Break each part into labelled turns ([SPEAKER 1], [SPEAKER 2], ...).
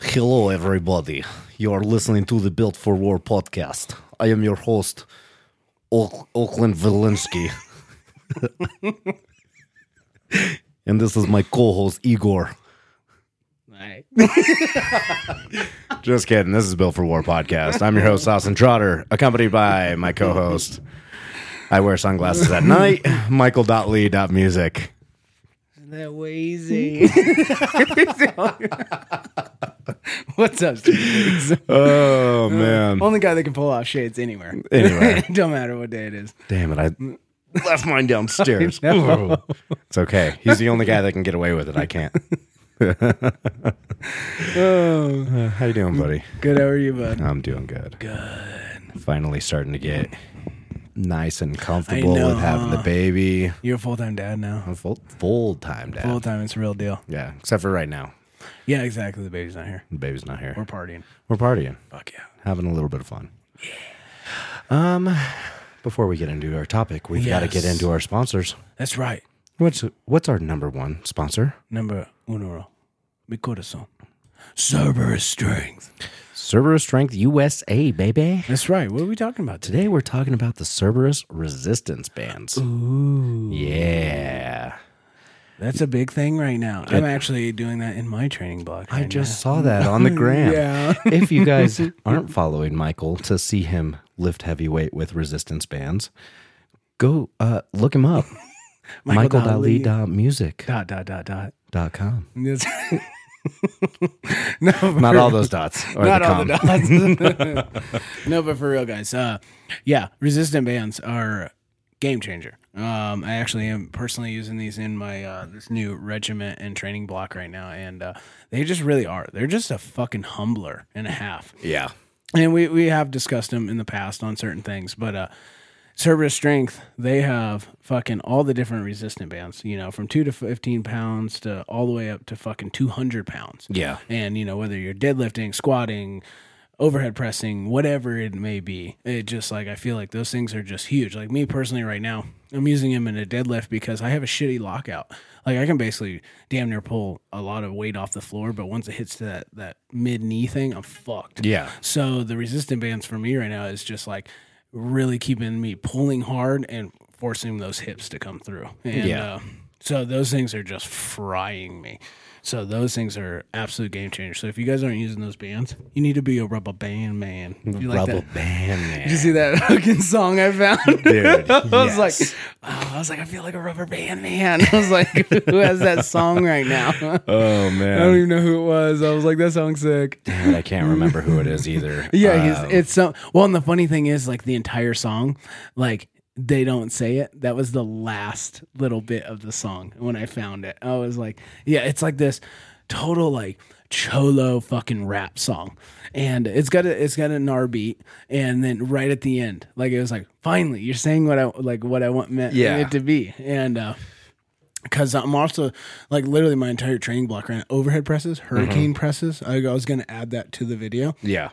[SPEAKER 1] Hello, everybody. You are listening to the Built for War podcast. I am your host, Oak- Oakland Valinsky. and this is my co host, Igor.
[SPEAKER 2] Right.
[SPEAKER 1] Just kidding. This is Built for War podcast. I'm your host, Austin Trotter, accompanied by my co host. I wear sunglasses at night, Michael.lee.music.
[SPEAKER 2] Isn't that way easy? What's up, Steve Diggs?
[SPEAKER 1] Oh, man.
[SPEAKER 2] Only guy that can pull off shades anywhere.
[SPEAKER 1] Anyway.
[SPEAKER 2] Don't matter what day it is.
[SPEAKER 1] Damn it. I Mm. left mine downstairs.
[SPEAKER 2] know.
[SPEAKER 1] Ooh. It's okay. He's the only guy that can get away with it. I can't. Uh,
[SPEAKER 2] Oh,
[SPEAKER 1] How you doing, buddy?
[SPEAKER 2] good. How are you, bud?
[SPEAKER 1] I'm doing good. Mm. Good. Finally starting to get nice and comfortable
[SPEAKER 2] know,
[SPEAKER 1] with having the
[SPEAKER 2] huh?
[SPEAKER 1] baby.
[SPEAKER 2] You're a full time dad now.
[SPEAKER 1] I'm full full time dad.
[SPEAKER 2] Full time, it's a real deal.
[SPEAKER 1] yeah, except for right now.
[SPEAKER 2] Yeah, exactly. The baby's not here.
[SPEAKER 1] The baby's not here.
[SPEAKER 2] We're partying.
[SPEAKER 1] We're partying,
[SPEAKER 2] Fuck yeah.
[SPEAKER 1] having a little bit of fun. Um, before we get into our topic, we've got to get
[SPEAKER 2] Yes.
[SPEAKER 1] into our sponsors.
[SPEAKER 2] That's right.
[SPEAKER 1] What's what's our number one sponsor?
[SPEAKER 2] Number uno. Mi corazón. Cerberus strings.
[SPEAKER 1] Cerberus Strength USA, baby.
[SPEAKER 2] That's right. What are we talking about today?
[SPEAKER 1] Today we're talking about the Cerberus resistance bands.
[SPEAKER 2] Ooh.
[SPEAKER 1] Yeah.
[SPEAKER 2] That's a big thing right now. I'm actually doing that in my training block.
[SPEAKER 1] I
[SPEAKER 2] right
[SPEAKER 1] just saw that on the gram.
[SPEAKER 2] Yeah.
[SPEAKER 1] if you guys aren't following Michael to see him lift heavy weight with resistance bands, go uh, look him up.
[SPEAKER 2] now.
[SPEAKER 1] Michael.lee.music.com.
[SPEAKER 2] Dot dot dot dot. That's no, but
[SPEAKER 1] Not all those dots. Or
[SPEAKER 2] not
[SPEAKER 1] the
[SPEAKER 2] all
[SPEAKER 1] com.
[SPEAKER 2] the dots. no, but for real, guys. Uh, yeah, resistant bands are game changer. Um, I actually am personally using these in my uh, this new regiment and training block right now, and uh, they just really are. They're just a fucking humbler and a half.
[SPEAKER 1] Yeah.
[SPEAKER 2] and we we have discussed them in the past on certain things, but uh Cerberus Strength, they have fucking all the different resistant bands, you know, from two to fifteen pounds to all the way up to fucking two hundred pounds.
[SPEAKER 1] Yeah.
[SPEAKER 2] And you know, whether you're deadlifting, squatting, overhead pressing, whatever it may be, it just like I feel like those things are just huge. Like me personally right now, I'm using them in a deadlift because I have a shitty lockout. Like I can basically damn near pull a lot of weight off the floor, but once it hits to that that mid knee thing, I'm fucked.
[SPEAKER 1] Yeah.
[SPEAKER 2] So the resistant bands for me right now is just like really keeping me pulling hard and forcing those hips to come through. And,
[SPEAKER 1] Yeah.
[SPEAKER 2] Uh, so those things are just frying me. So those things are absolute game changers. So if you guys aren't using those bands, you need to be a rubber band man. Do you like
[SPEAKER 1] Rubble
[SPEAKER 2] that?
[SPEAKER 1] band
[SPEAKER 2] Did you
[SPEAKER 1] man.
[SPEAKER 2] see that fucking song I found?
[SPEAKER 1] Dude,
[SPEAKER 2] I was
[SPEAKER 1] yes.
[SPEAKER 2] like, oh, I was like, I feel like a rubber band man. I was like, who has that song right now?
[SPEAKER 1] Oh
[SPEAKER 2] I don't
[SPEAKER 1] man.
[SPEAKER 2] even know who it was. I was like, that song's sick.
[SPEAKER 1] Damn it, I can't remember who it is either.
[SPEAKER 2] Yeah, he's,
[SPEAKER 1] Um,
[SPEAKER 2] it's so well. And the funny thing is, like the entire song, like they don't say it. That was the last little bit of the song when I found it. I was like, yeah, it's like this total like cholo fucking rap song, and it's got a it's got an R beat, and then right at the end, like it was like finally you're saying what I like what I want meant
[SPEAKER 1] Yeah.
[SPEAKER 2] it to be, and. uh because I'm also like literally my entire training block ran overhead presses,
[SPEAKER 1] Mm-hmm.
[SPEAKER 2] hurricane presses. I, I was gonna add that to the video.
[SPEAKER 1] yeah.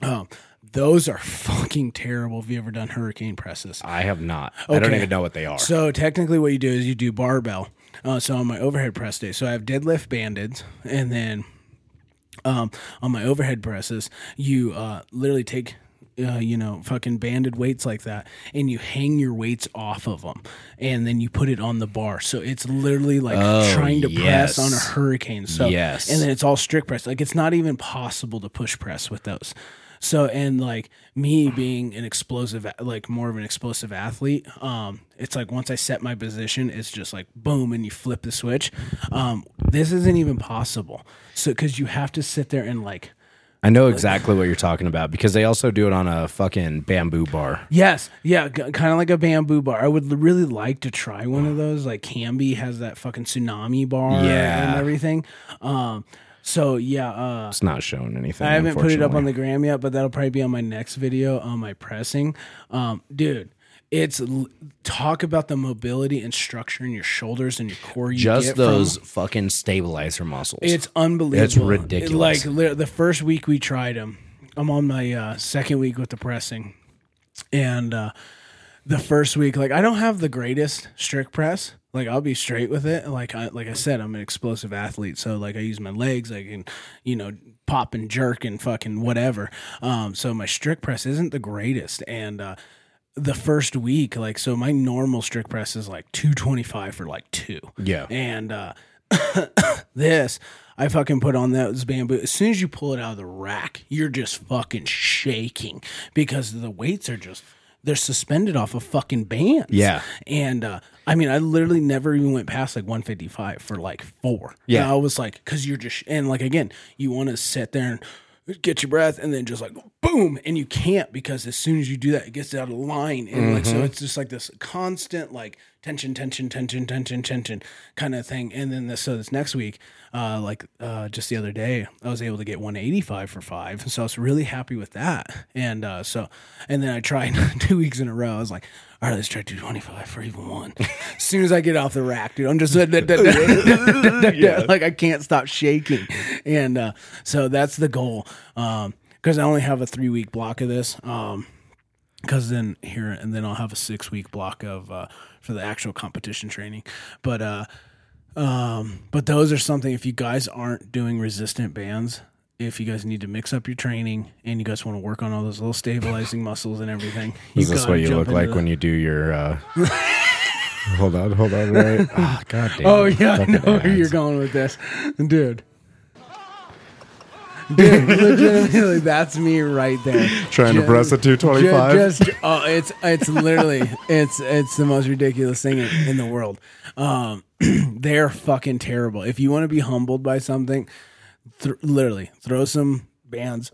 [SPEAKER 2] Um, those are fucking terrible. If you ever done hurricane presses,
[SPEAKER 1] I have not. I don't
[SPEAKER 2] Okay.
[SPEAKER 1] even know what they are.
[SPEAKER 2] so technically, what you do is you do barbell. Uh, so on my overhead press day, so I have deadlift banded, and then um, on my overhead presses, you uh, literally take. Uh, you know, fucking banded weights like that, and you hang your weights off of them, and then you put it on the bar. So it's literally like
[SPEAKER 1] Oh,
[SPEAKER 2] trying to press on a
[SPEAKER 1] yes.
[SPEAKER 2] hurricane. So
[SPEAKER 1] Yes.
[SPEAKER 2] and then it's all strict press. Like it's not even possible to push press with those. So and like me being an explosive, like more of an explosive athlete, um, it's like once I set my position, it's just like boom, and you flip the switch. Um, this isn't even possible. So because you have to sit there and like
[SPEAKER 1] I know exactly what you're talking about because they also do it on a fucking bamboo bar.
[SPEAKER 2] Yes, yeah, g- kind of like a bamboo bar. I would l- really like to try one of those. Like Camby has that fucking tsunami bar
[SPEAKER 1] Yeah.
[SPEAKER 2] and everything. Um, so yeah, uh,
[SPEAKER 1] It's not showing anything.
[SPEAKER 2] I haven't put it up on
[SPEAKER 1] unfortunately.
[SPEAKER 2] the gram yet, but that'll probably be on my next video on my pressing. Um, dude, it's l- talk about the mobility and structure in your shoulders and your core. You
[SPEAKER 1] just
[SPEAKER 2] get from-
[SPEAKER 1] those fucking stabilizer muscles.
[SPEAKER 2] it's unbelievable.
[SPEAKER 1] It's ridiculous.
[SPEAKER 2] Like li- the first week we tried them, I'm on my uh, second week with the pressing, and uh, the first week, like I don't have the greatest strict press. Like I'll be straight with it. Like I like I said, I'm an explosive athlete, so like I use my legs. I can, you know, pop and jerk and fucking whatever. Um, so my strict press isn't the greatest, and uh, the first week, like so, my normal strict press is like 225 for like two.
[SPEAKER 1] Yeah.
[SPEAKER 2] And uh, this, I fucking put on those bamboo. As soon as you pull it out of the rack, you're just fucking shaking because the weights are just they're suspended off of fucking bands.
[SPEAKER 1] Yeah.
[SPEAKER 2] And uh, I mean, I literally never even went past like 155 for like four.
[SPEAKER 1] Yeah.
[SPEAKER 2] And I was like, because you're just and like again, you want to sit there and get your breath and then just like boom and you can't because as soon as you do that it gets out of line and like so it's just like this constant like tension tension tension tension tension kind of thing and then this so this next week uh like uh just the other day i was able to get 185 for five so i was really happy with that and uh so and then i tried two weeks in a row i was like all right let's try 225 for even one as soon as i get off the rack dude i'm just like i can't stop shaking and uh so that's the goal um because i only have a three week block of this um because then here and then i'll have a six week block of uh, for the actual competition training but uh um but those are something if you guys aren't doing resistant bands if you guys need to mix up your training and you guys want to work on all those little stabilizing muscles and everything you
[SPEAKER 1] Is this
[SPEAKER 2] gotta
[SPEAKER 1] what you
[SPEAKER 2] jump
[SPEAKER 1] look
[SPEAKER 2] into
[SPEAKER 1] like
[SPEAKER 2] the-
[SPEAKER 1] when you do your? uh Hold on, hold on, right? Ah, God damn.
[SPEAKER 2] oh
[SPEAKER 1] it.
[SPEAKER 2] yeah i
[SPEAKER 1] Fucking
[SPEAKER 2] know where
[SPEAKER 1] ads.
[SPEAKER 2] you're going with this dude dude legitimately that's me right there
[SPEAKER 1] trying to
[SPEAKER 2] Ju-
[SPEAKER 1] press a two twenty
[SPEAKER 2] Ju-
[SPEAKER 1] five.
[SPEAKER 2] Just, oh, it's it's literally it's it's the most ridiculous thing in, in the world. Um, they're fucking terrible. If you want to be humbled by something, th- literally throw some bands,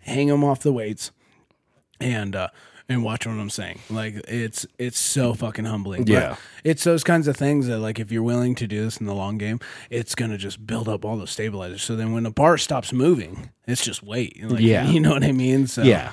[SPEAKER 2] hang them off the weights, and uh, and watch what I'm saying. Like it's it's so fucking humbling. But
[SPEAKER 1] Yeah.
[SPEAKER 2] it's those kinds of things that like if you're willing to do this in the long game, it's gonna just build up all those stabilizers. So then when the bar stops moving, it's just weight. Like,
[SPEAKER 1] Yeah.
[SPEAKER 2] you know what I mean. So
[SPEAKER 1] Yeah,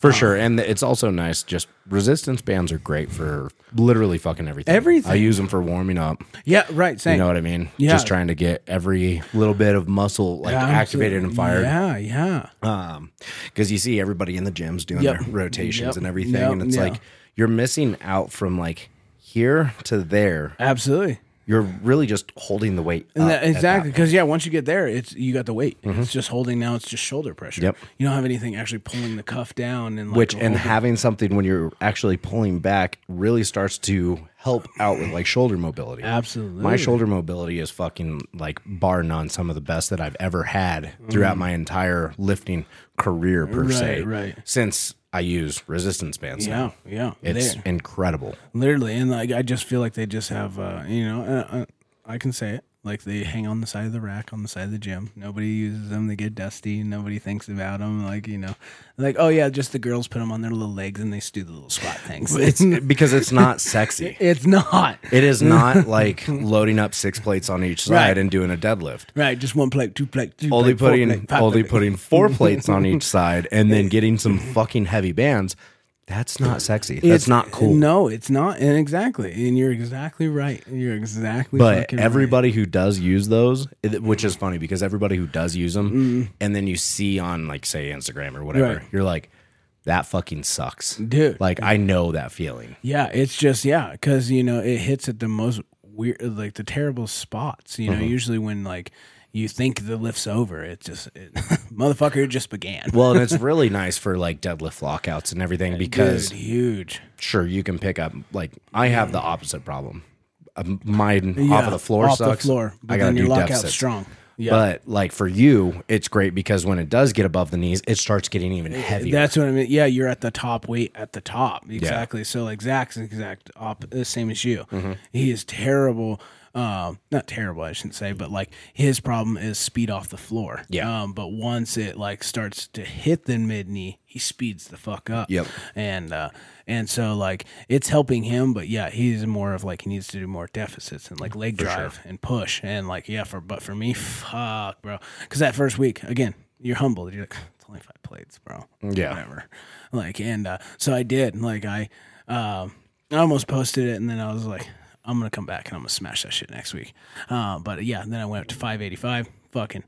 [SPEAKER 1] for
[SPEAKER 2] Uh-huh.
[SPEAKER 1] sure. And it's also nice. Just resistance bands are great for literally fucking everything.
[SPEAKER 2] Everything.
[SPEAKER 1] I use them for warming up.
[SPEAKER 2] yeah, right. Same.
[SPEAKER 1] You know what I mean?
[SPEAKER 2] Yeah.
[SPEAKER 1] Just trying to get every little bit of muscle like
[SPEAKER 2] Absolutely.
[SPEAKER 1] activated and fired.
[SPEAKER 2] Yeah, yeah.
[SPEAKER 1] Um, because you see everybody in the gyms doing
[SPEAKER 2] Yep.
[SPEAKER 1] their rotations
[SPEAKER 2] Yep.
[SPEAKER 1] and everything,
[SPEAKER 2] Yep.
[SPEAKER 1] and it's
[SPEAKER 2] Yeah.
[SPEAKER 1] like you're missing out from like here to there.
[SPEAKER 2] Absolutely.
[SPEAKER 1] You're really just holding the weight.
[SPEAKER 2] And
[SPEAKER 1] up Uh,
[SPEAKER 2] that,
[SPEAKER 1] at that Mm-hmm.
[SPEAKER 2] exactly. Because yeah, once you get there, it's you got the weight. It's just holding now, it's just shoulder pressure.
[SPEAKER 1] Yep.
[SPEAKER 2] You don't have anything actually pulling the cuff down and like
[SPEAKER 1] which and
[SPEAKER 2] holding-
[SPEAKER 1] having something when you're actually pulling back really starts to help out with like shoulder mobility.
[SPEAKER 2] Absolutely.
[SPEAKER 1] My shoulder mobility is fucking like bar none some of the best that I've ever had throughout my entire lifting career per se.
[SPEAKER 2] Mm. Right, right.
[SPEAKER 1] Since I use resistance bands. now.
[SPEAKER 2] Yeah, yeah.
[SPEAKER 1] It's
[SPEAKER 2] There.
[SPEAKER 1] incredible.
[SPEAKER 2] literally and like I just feel like they just have uh you know, uh, uh, I can say it. Like they hang on the side of the rack, on the side of the gym. Nobody uses them. They get dusty. Nobody thinks about them. Like you know, like oh yeah, just the girls put them on their little legs and they just do the little squat things.
[SPEAKER 1] It's because it's not sexy.
[SPEAKER 2] it's not
[SPEAKER 1] It is not like loading up six plates on each side
[SPEAKER 2] Right.
[SPEAKER 1] and doing a deadlift.
[SPEAKER 2] right. Just one plate, two plate, two
[SPEAKER 1] Only
[SPEAKER 2] plate, four
[SPEAKER 1] putting
[SPEAKER 2] plate, five
[SPEAKER 1] only
[SPEAKER 2] plate.
[SPEAKER 1] putting four plates on each side and then getting some fucking heavy bands. That's not sexy. That's
[SPEAKER 2] It's-
[SPEAKER 1] not cool.
[SPEAKER 2] No, it's not. And exactly. And you're exactly right. You're exactly
[SPEAKER 1] But
[SPEAKER 2] fucking
[SPEAKER 1] everybody who does use those, it- which is funny because everybody who does use them, and then you see on like say Instagram or whatever,
[SPEAKER 2] Right.
[SPEAKER 1] you're like, that fucking sucks,
[SPEAKER 2] Dude.
[SPEAKER 1] Like I know that feeling.
[SPEAKER 2] right. Yeah, it's just yeah, because you know it hits at the most weird, like the terrible spots.
[SPEAKER 1] Mm-hmm.
[SPEAKER 2] You know, usually when like you think the lift's over, it just it, motherfucker it just began.
[SPEAKER 1] Well, and it's really nice for like deadlift lockouts and everything because
[SPEAKER 2] Dude, huge.
[SPEAKER 1] sure you can pick up like I have the opposite problem. Um, Mine off of the floor
[SPEAKER 2] off
[SPEAKER 1] sucks.
[SPEAKER 2] the floor. But
[SPEAKER 1] I gotta
[SPEAKER 2] then your
[SPEAKER 1] do
[SPEAKER 2] lockout's
[SPEAKER 1] deficits.
[SPEAKER 2] strong. Yeah,
[SPEAKER 1] But like for you, it's great because when it does get above the knees, it starts getting even heavier.
[SPEAKER 2] That's what I mean. Yeah, you're at the top weight at the top. Exactly. So like Zach's exact op the same as you.
[SPEAKER 1] Mm-hmm.
[SPEAKER 2] He is terrible. Um, not terrible, I shouldn't say, but like his problem is speed off the floor.
[SPEAKER 1] Yeah.
[SPEAKER 2] Um, but once it like starts to hit the mid knee, he speeds the fuck up.
[SPEAKER 1] Yep.
[SPEAKER 2] And uh, and so like it's helping him, but yeah, he's more of like he needs to do more deficits and like leg drive and push and like yeah for but for me, fuck, bro, because that first week again, you're humbled. You're like it's only five plates, bro
[SPEAKER 1] Yeah.
[SPEAKER 2] whatever. Like, and uh, so I did. and, Like, I, um, I almost posted it, and then I was like, I'm gonna come back and I'm gonna smash that shit next week. Uh, but yeah, then I went up to 585, fucking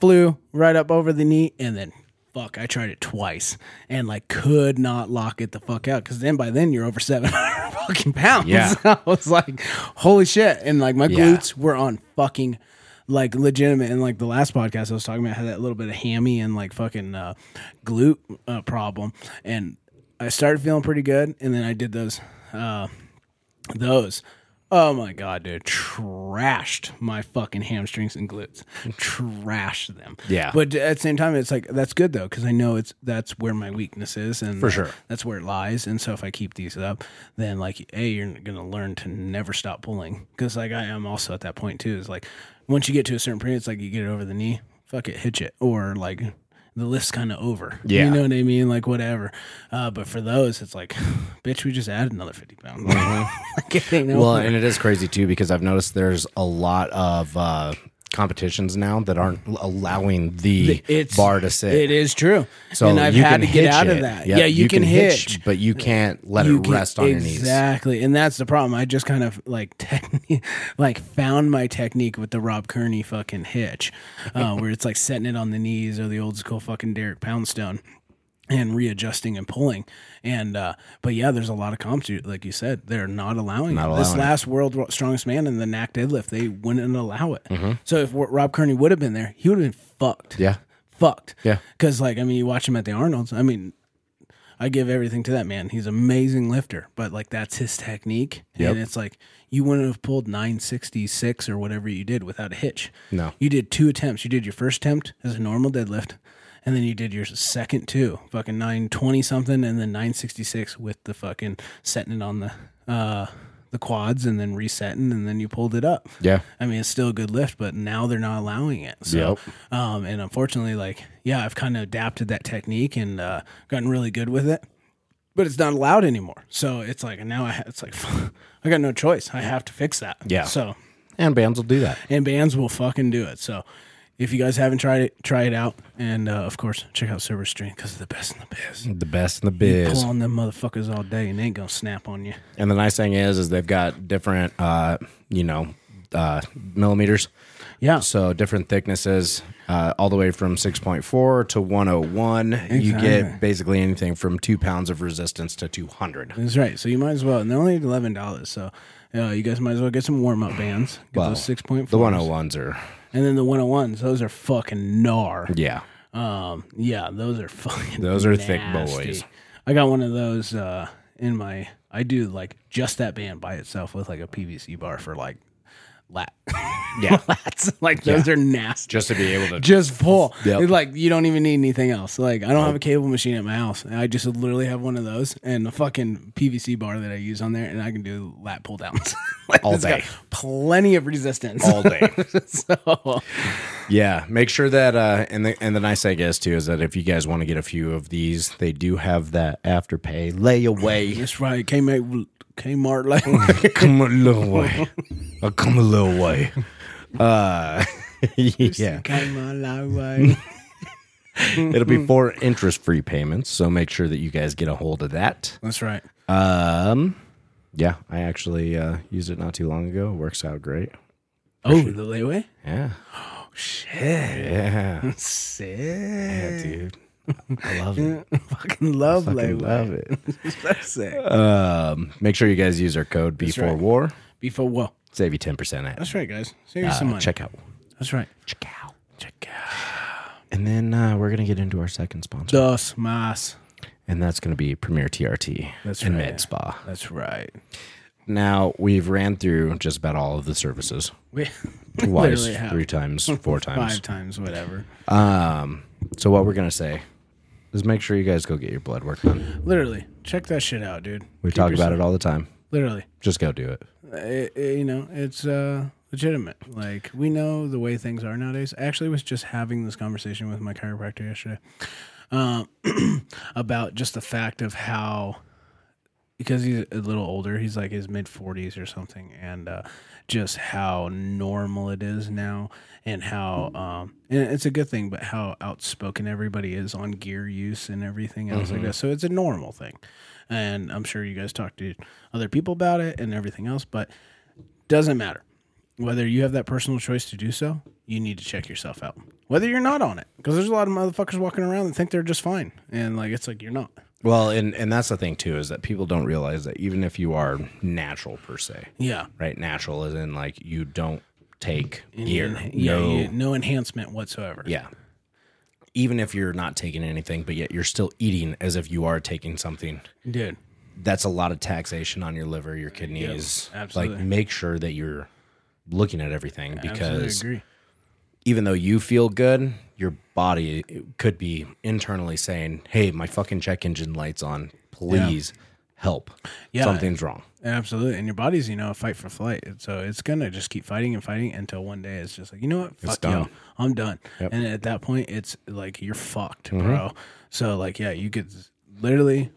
[SPEAKER 2] flew right up over the knee, and then fuck, I tried it twice and like could not lock it the fuck out because then by then you're over 700 fucking pounds.
[SPEAKER 1] Yeah.
[SPEAKER 2] I was like, holy shit. And like my
[SPEAKER 1] Yeah.
[SPEAKER 2] glutes were on fucking like legitimate. And like the last podcast I was talking about I had that little bit of hammy and like fucking uh, glute uh, problem. And I started feeling pretty good. And then I did those, uh, those. Oh my god, dude! Trashed my fucking hamstrings and glutes. Trashed them.
[SPEAKER 1] Yeah.
[SPEAKER 2] But at the same time, it's like that's good though because I know it's that's where my weakness is and
[SPEAKER 1] For
[SPEAKER 2] uh,
[SPEAKER 1] sure.
[SPEAKER 2] that's where it lies. And so if I keep these up, then like a you're gonna learn to never stop pulling because like I am also at that point too. Is like once you get to a certain period, it's like you get it over the knee, fuck it, hitch it, or like the lift's kind of over.
[SPEAKER 1] Yeah.
[SPEAKER 2] You know what I mean? Like whatever. Uh, but for those, it's like, bitch, we just added another fifty pounds. like it ain't
[SPEAKER 1] Mm-hmm. Well,
[SPEAKER 2] over.
[SPEAKER 1] and it is crazy too because I've noticed there's a lot of uh, competitions now that aren't l- allowing the,
[SPEAKER 2] it's-
[SPEAKER 1] bar to sit.
[SPEAKER 2] It is true.
[SPEAKER 1] So
[SPEAKER 2] and I've
[SPEAKER 1] you
[SPEAKER 2] had to
[SPEAKER 1] can
[SPEAKER 2] get
[SPEAKER 1] hitch
[SPEAKER 2] out of
[SPEAKER 1] it.
[SPEAKER 2] that.
[SPEAKER 1] Yep,
[SPEAKER 2] Yeah, you, can, hitch. uh,
[SPEAKER 1] but you can't let
[SPEAKER 2] You
[SPEAKER 1] it
[SPEAKER 2] can-
[SPEAKER 1] rest on your knees.
[SPEAKER 2] Exactly. And that's the problem. I just kind of like technique, like found my technique with the Rob Kearney fucking hitch, uh, where it's like setting it on the knees or the old school fucking Derek Poundstone and readjusting and pulling. And, uh, but yeah, there's a lot of comps, you- like you said, they're not allowing
[SPEAKER 1] Not
[SPEAKER 2] it. This
[SPEAKER 1] allowing it.
[SPEAKER 2] last world Ro- strongest man in the knack deadlift, they wouldn't allow it.
[SPEAKER 1] Mm-hmm.
[SPEAKER 2] So if Wa- Rob Kearney would have been there, he would have been fucked
[SPEAKER 1] Yeah.
[SPEAKER 2] fucked.
[SPEAKER 1] Yeah.
[SPEAKER 2] Because, like, I mean, you watch him at the Arnold's. I mean, I give everything to that man. He's an amazing lifter, but, like, that's his technique.
[SPEAKER 1] Yep.
[SPEAKER 2] And it's like, you wouldn't have pulled 966 or whatever you did without a hitch.
[SPEAKER 1] No.
[SPEAKER 2] You did two attempts. You did your first attempt as a normal deadlift, and then you did your second two, fucking 920 something, and then 966 with the fucking setting it on the, uh, the quads and then resetting and then you pulled it up.
[SPEAKER 1] Yeah.
[SPEAKER 2] I mean, it's still a good lift, but now they're not allowing it. So, um, and unfortunately, like, yeah, I've kind of adapted that technique and uh, gotten really good with it, but it's not allowed anymore. So it's like, now I ha- it's like, I got no choice. I have to fix that.
[SPEAKER 1] Yeah.
[SPEAKER 2] So,
[SPEAKER 1] And bands will do that.
[SPEAKER 2] and bands will fucking do it. So, if you guys haven't tried it, try it out. And uh, of course, check out Server Stream because they're the best in the biz.
[SPEAKER 1] The best in the
[SPEAKER 2] Pull
[SPEAKER 1] biz.
[SPEAKER 2] on them motherfuckers all day and they ain't gonna snap on you.
[SPEAKER 1] And the nice thing is, is they've got different, uh, you know, uh, millimeters.
[SPEAKER 2] Yeah.
[SPEAKER 1] So different thicknesses, uh, all the way from 6.4 to 101. You
[SPEAKER 2] Exactly.
[SPEAKER 1] get basically anything from two pounds of resistance to 200.
[SPEAKER 2] That's right. So you might as well. And they're only eleven dollars. So uh, you guys might as well get some warm up bands. Get
[SPEAKER 1] Well,
[SPEAKER 2] those six point
[SPEAKER 1] The
[SPEAKER 2] four.
[SPEAKER 1] 101s are,
[SPEAKER 2] and then the one hundred ones. Those are fucking gnar.
[SPEAKER 1] yeah.
[SPEAKER 2] Um, yeah, those are fucking.
[SPEAKER 1] Those are thick
[SPEAKER 2] nasty.
[SPEAKER 1] boys.
[SPEAKER 2] I got one of those uh, in my. I do like just that band by itself with like a PVC bar for like lat.
[SPEAKER 1] Yeah.
[SPEAKER 2] lats. Like those are nasty.
[SPEAKER 1] Just to be able to.
[SPEAKER 2] just pull.
[SPEAKER 1] Yep.
[SPEAKER 2] It's like you don't even need anything else. Like I don't have a cable machine at my house. I just literally have one of those and a fucking PVC bar that I use on there, and I can do lat pull downs Like,
[SPEAKER 1] All
[SPEAKER 2] it's got
[SPEAKER 1] day.
[SPEAKER 2] Plenty of resistance.
[SPEAKER 1] all day.
[SPEAKER 2] so
[SPEAKER 1] Yeah, make sure that uh, and the and the nice thing is too is that if you guys want to get a few of these, they do have that afterpay layaway.
[SPEAKER 2] that's right. Kmart, Kmart like
[SPEAKER 1] come a little way, I'll come a little way. Uh, yeah,
[SPEAKER 2] Kmart like
[SPEAKER 1] it'll
[SPEAKER 2] Hmm.
[SPEAKER 1] be for interest-free payments, so make sure that you guys get a hold of that.
[SPEAKER 2] That's right.
[SPEAKER 1] Um, yeah, I actually uh, used it not too long ago. It works out great.
[SPEAKER 2] Oh, the layaway.
[SPEAKER 1] Yeah,
[SPEAKER 2] Shit,
[SPEAKER 1] yeah,
[SPEAKER 2] sick,
[SPEAKER 1] dude, I love it.
[SPEAKER 2] Fucking love
[SPEAKER 1] I
[SPEAKER 2] layaway.
[SPEAKER 1] love it.
[SPEAKER 2] That's sick.
[SPEAKER 1] Um, make sure you guys use our code B4
[SPEAKER 2] right.
[SPEAKER 1] War.
[SPEAKER 2] Before whoa.
[SPEAKER 1] Save you ten percent at
[SPEAKER 2] That's right, guys. Save you some
[SPEAKER 1] uh,
[SPEAKER 2] money.
[SPEAKER 1] check out.
[SPEAKER 2] That's right.
[SPEAKER 1] Check out.
[SPEAKER 2] Check out.
[SPEAKER 1] And then uh, we're gonna get into our second sponsor,
[SPEAKER 2] Dos mas.
[SPEAKER 1] and that's gonna be Premier TRT
[SPEAKER 2] That's
[SPEAKER 1] and
[SPEAKER 2] right.
[SPEAKER 1] Med Spa.
[SPEAKER 2] That's right.
[SPEAKER 1] Now we've ran through just about all of the services
[SPEAKER 2] We
[SPEAKER 1] twice,
[SPEAKER 2] literally have
[SPEAKER 1] three times, four times.
[SPEAKER 2] five times, whatever.
[SPEAKER 1] Um, so what we're gonna say is make sure you guys go get your blood work done.
[SPEAKER 2] Literally, check that shit out, dude.
[SPEAKER 1] We talk about it all the time.
[SPEAKER 2] Literally,
[SPEAKER 1] Just go do it.
[SPEAKER 2] It- it- you know, it's uh, legitimate. Like we know the way things are nowadays. I actually was just having this conversation with my chiropractor yesterday um, about just the fact of how because he's a little older he's like his mid 40s or something and uh, just how normal it is now and how um, and it's a good thing but how outspoken everybody is on gear use and everything else like that so it's a normal thing and i'm sure you guys talk to other people about it and everything else but doesn't matter whether you have that personal choice to do so, you need to check yourself out. Whether you're not on it, because there's a lot of motherfuckers walking around that think they're just fine, and like it's like you're not.
[SPEAKER 1] Well, and and that's the thing too is that people don't realize that even if you are natural per se,
[SPEAKER 2] Yeah.
[SPEAKER 1] right? Natural is in like you don't take
[SPEAKER 2] And
[SPEAKER 1] gear,
[SPEAKER 2] you- yeah,
[SPEAKER 1] no,
[SPEAKER 2] you- no enhancement whatsoever.
[SPEAKER 1] yeah. Even if you're not taking anything, but yet you're still eating as if you are taking something.
[SPEAKER 2] dude.
[SPEAKER 1] That's a lot of taxation on your liver, your kidneys.
[SPEAKER 2] absolutely.
[SPEAKER 1] Like make sure that you're looking at everything
[SPEAKER 2] Absolutely
[SPEAKER 1] because
[SPEAKER 2] agree.
[SPEAKER 1] even though you feel good, your body could be internally saying, "Hey, my fucking check engine light's on. Please help.
[SPEAKER 2] Yeah.
[SPEAKER 1] Something's wrong."
[SPEAKER 2] Absolutely. And your body's, you know, a fight for flight. And So it's going to just keep fighting and fighting until one day it's just like, you know what? Fuck
[SPEAKER 1] done.
[SPEAKER 2] y'all. I'm done. And at that point, it's like, you're fucked,
[SPEAKER 1] Mm-hmm.
[SPEAKER 2] bro. So, like, yeah, you could s- literally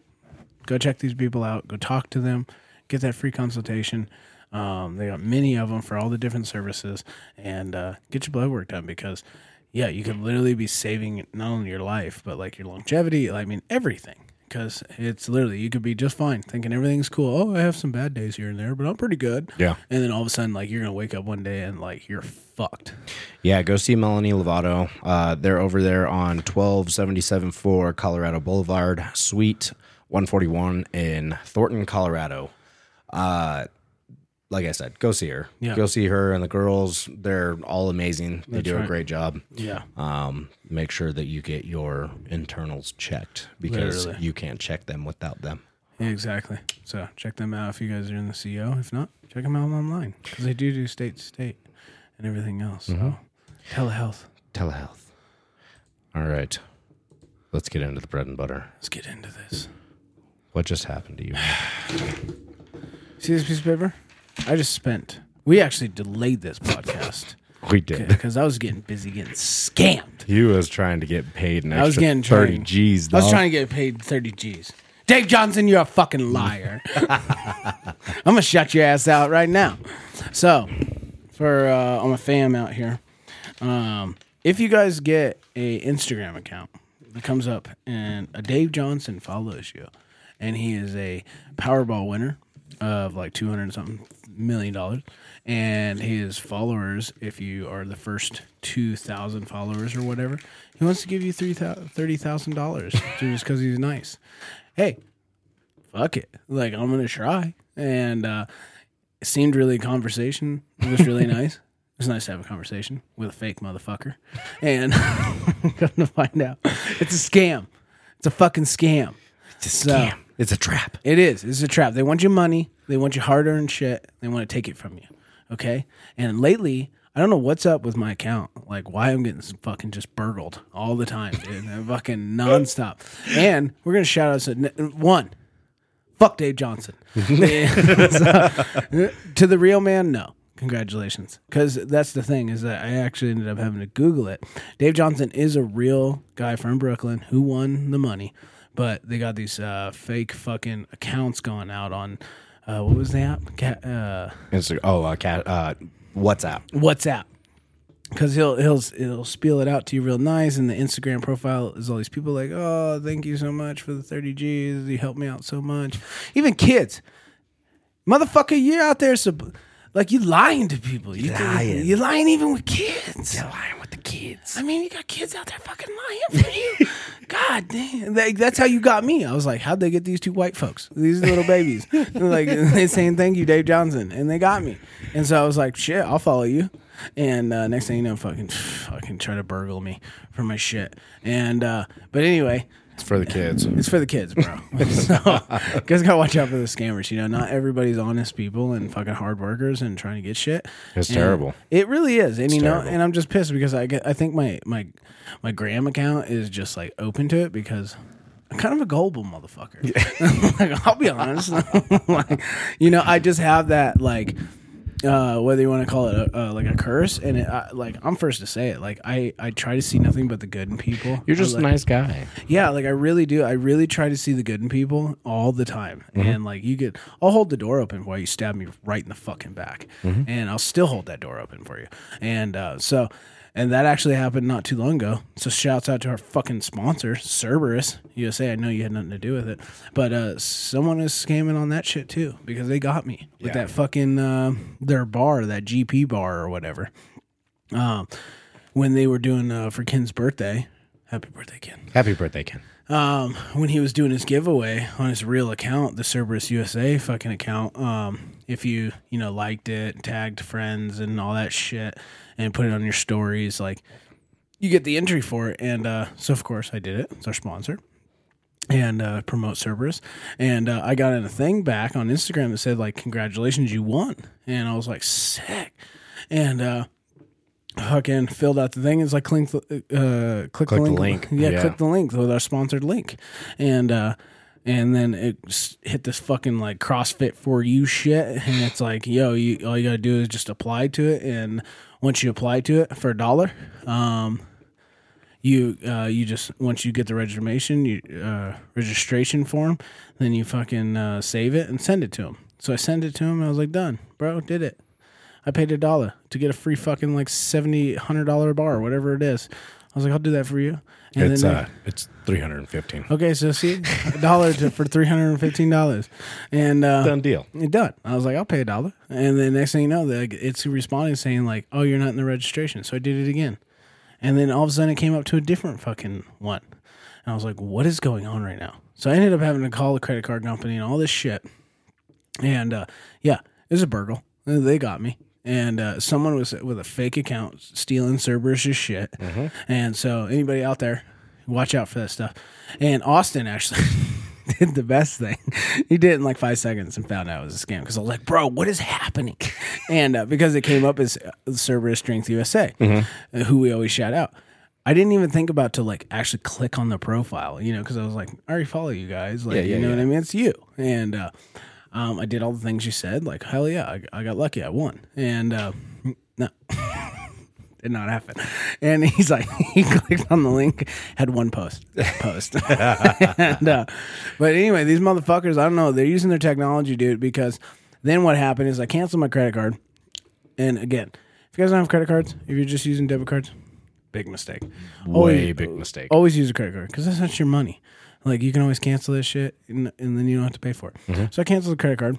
[SPEAKER 2] go check these people out, go talk to them, get that free consultation. Um, they got many of them for all the different services and uh, get your blood work done because, yeah, you could literally be saving not only your life, but like your longevity. I mean, everything. Because it's literally, you could be just fine thinking everything's cool. Oh, I have some bad days here and there, but I'm pretty good.
[SPEAKER 1] Yeah.
[SPEAKER 2] And then all of a sudden, like, you're going to wake up one day and, like, you're fucked.
[SPEAKER 1] Yeah, go see Melanie Lovato. Uh, they're over there on 12774 Colorado Boulevard, Suite 141 in Thornton, Colorado. Uh, like I said, go see her.
[SPEAKER 2] Yeah.
[SPEAKER 1] Go see her and the girls. They're all amazing. They do a
[SPEAKER 2] right.
[SPEAKER 1] great job.
[SPEAKER 2] Yeah.
[SPEAKER 1] Um, make sure that you get your internals checked because
[SPEAKER 2] Literally.
[SPEAKER 1] you can't check them without them.
[SPEAKER 2] Yeah, exactly. So check them out if you guys are in the CO. If not, check them out online because they do do state to state and everything else. So telehealth.
[SPEAKER 1] Telehealth. All right. Let's get into the bread and butter.
[SPEAKER 2] Let's get into this.
[SPEAKER 1] What just happened to you?
[SPEAKER 2] See this piece of paper? I just spent. We actually delayed this podcast
[SPEAKER 1] We did.
[SPEAKER 2] because I was getting busy getting scammed.
[SPEAKER 1] You was trying to get paid an extra
[SPEAKER 2] I was getting
[SPEAKER 1] thirty
[SPEAKER 2] trained.
[SPEAKER 1] G's.
[SPEAKER 2] I was
[SPEAKER 1] dog.
[SPEAKER 2] trying to get paid thirty G's. Dave Johnson, you're a fucking liar. I'm gonna shut your ass out right now. So, for uh, all my fam out here, um, if you guys get a Instagram account that comes up and a Dave Johnson follows you, and he is a Powerball winner of like two hundred something million dollars, and his followers, if you are the first two thousand followers or whatever, he wants to give you three thirty thousand dollars just because he's nice. Hey, fuck it. Like I'm gonna try. And uh it seemed really conversation. It was really nice. It was nice to have a conversation with a fake motherfucker. And come to find out. It's a scam. It's a fucking scam.
[SPEAKER 1] It's a
[SPEAKER 2] So-
[SPEAKER 1] scam. It's a trap.
[SPEAKER 2] It is. It's a trap. They want your money. They want your hard earned shit. They want to take it from you. Okay. And lately, I don't know what's up with my account. Like why I'm getting fucking just burgled all the time, dude. And fucking nonstop. And we're gonna shout out to one. Fuck Dave Johnson. to the real man, no. Congratulations. Because that's the thing is that I actually ended up having to Google it. Dave Johnson is a real guy from Brooklyn who won the money, but they got these uh, fake fucking accounts going out on. Uh, what was the app? Ca- uh,
[SPEAKER 1] It's like, oh, uh, cat, uh, WhatsApp.
[SPEAKER 2] WhatsApp. Because he'll he'll he'll spiel it out to you real nice, and the Instagram profile is all these people like, oh, thank you so much for the thirty G's, you helped me out so much. Even kids, motherfucker, you're out there, sub- like you lying to people. You
[SPEAKER 1] Lying.
[SPEAKER 2] you're lying even with kids.
[SPEAKER 1] Lying with the kids.
[SPEAKER 2] I mean, you got kids out there fucking lying for you. God damn, like, that's how you got me. I was like, how'd they get these two white folks, these little babies? like they saying thank you, Dave Johnson, and they got me. And so I was like, shit, I'll follow you. And uh, next thing you know, fucking, fucking try to burgle me for my shit. And uh, but anyway,
[SPEAKER 1] It's for the kids.
[SPEAKER 2] it's for the kids, bro. so, guys, gotta watch out for the scammers. You know, not everybody's honest people and fucking hard workers and trying to get shit.
[SPEAKER 1] It's
[SPEAKER 2] And
[SPEAKER 1] terrible.
[SPEAKER 2] It really is, and you know,
[SPEAKER 1] terrible.
[SPEAKER 2] and I'm just pissed because I get, I think my my my gram account is just like open to it because. I'm kind of a gullible motherfucker. like, I'll be honest. like, you know, I just have that like uh, whether you want to call it a, uh, like a curse, and it, I, like I'm first to say it. Like I, I try to see nothing but the good in people.
[SPEAKER 1] You're
[SPEAKER 2] I
[SPEAKER 1] just
[SPEAKER 2] like-
[SPEAKER 1] a nice guy.
[SPEAKER 2] yeah, like I really do. I really try to see the good in people all the time. And like you could, I'll hold the door open while you stab me right in the fucking back. And I'll still hold that door open for you. And uh, so And that actually happened not too long ago. So shouts out to our fucking sponsor, Cerberus USA. I know you had nothing to do with it, but uh, someone is scamming on that shit too because they got me with
[SPEAKER 1] Yeah.
[SPEAKER 2] that fucking uh, their bar, that GP bar or whatever. Um, when they were doing uh, for Ken's birthday, happy birthday, Ken
[SPEAKER 1] Happy birthday, Ken.
[SPEAKER 2] um, when he was doing his giveaway on his real account, the Cerberus USA fucking account. Um, if you you know liked it, tagged friends and all that shit, and put it on your stories, like you get the entry for it. And uh, so of course I did it. It's our sponsor. And uh, promote Cerberus, and uh, I got in a thing back on Instagram that said like congratulations you won, and I was like sick, and uh, fucking filled out the thing. It's like click the, uh, click,
[SPEAKER 1] the
[SPEAKER 2] the link,
[SPEAKER 1] link.
[SPEAKER 2] Yeah,
[SPEAKER 1] Yeah.
[SPEAKER 2] click the link with our sponsored link, and uh, and then it s- hit this fucking like CrossFit for you shit, and it's like, yo, you all you gotta do is just apply to it, and once you apply to it for a dollar, um, you uh, you just once you get the registration you, uh, registration form, then you fucking uh, save it and send it to him. So I sent it to him. I was like, done, bro, did it. I paid a dollar to get a free fucking like seventy hundred dollar bar, whatever it is. I was like, I'll do that for you. And
[SPEAKER 1] it's
[SPEAKER 2] then Uh,
[SPEAKER 1] uh, it's three hundred and fifteen.
[SPEAKER 2] okay, so see, a dollar to, for three hundred and fifteen dollars, and uh,
[SPEAKER 1] Done deal.
[SPEAKER 2] it done. I was like, I'll pay a dollar. And then next thing you know, like, it's responding saying like, oh, you're not in the registration. So I did it again. And then all of a sudden it came up to a different fucking one. And I was like, what is going on right now? So I ended up having to call the credit card company and all this shit. And uh, yeah, it was a burgle. Uh, They got me. And uh, someone was with a fake account stealing Cerberus's shit.
[SPEAKER 1] Mm-hmm.
[SPEAKER 2] And so anybody out there, watch out for that stuff. And Austin actually did the best thing. He did it in like five seconds and found out it was a scam because I was like, bro, what is happening? and uh, because it came up as uh, Cerberus Strength USA,
[SPEAKER 1] Mm-hmm.
[SPEAKER 2] uh, who we always shout out. I didn't even think about to like actually click on the profile, you know, because I was like, I already follow you guys. Like,
[SPEAKER 1] Yeah, yeah,
[SPEAKER 2] you know
[SPEAKER 1] yeah.
[SPEAKER 2] what I mean? It's you. And uh, um, I did all the things you said. Like, hell yeah, I, I got lucky. I won. And uh, no, did not happen. And he's like, he clicked on the link, had one post, post. and, uh, but anyway, these motherfuckers, I don't know, they're using their technology, dude, because then what happened is I canceled my credit card. And again, if you guys don't have credit cards, if you're just using debit cards, big mistake.
[SPEAKER 1] Way
[SPEAKER 2] Always-
[SPEAKER 1] big mistake.
[SPEAKER 2] Always use a credit card because that's not your money. Like you can always cancel this shit and, and then you don't have to pay for it.
[SPEAKER 1] Mm-hmm.
[SPEAKER 2] So I canceled the credit card.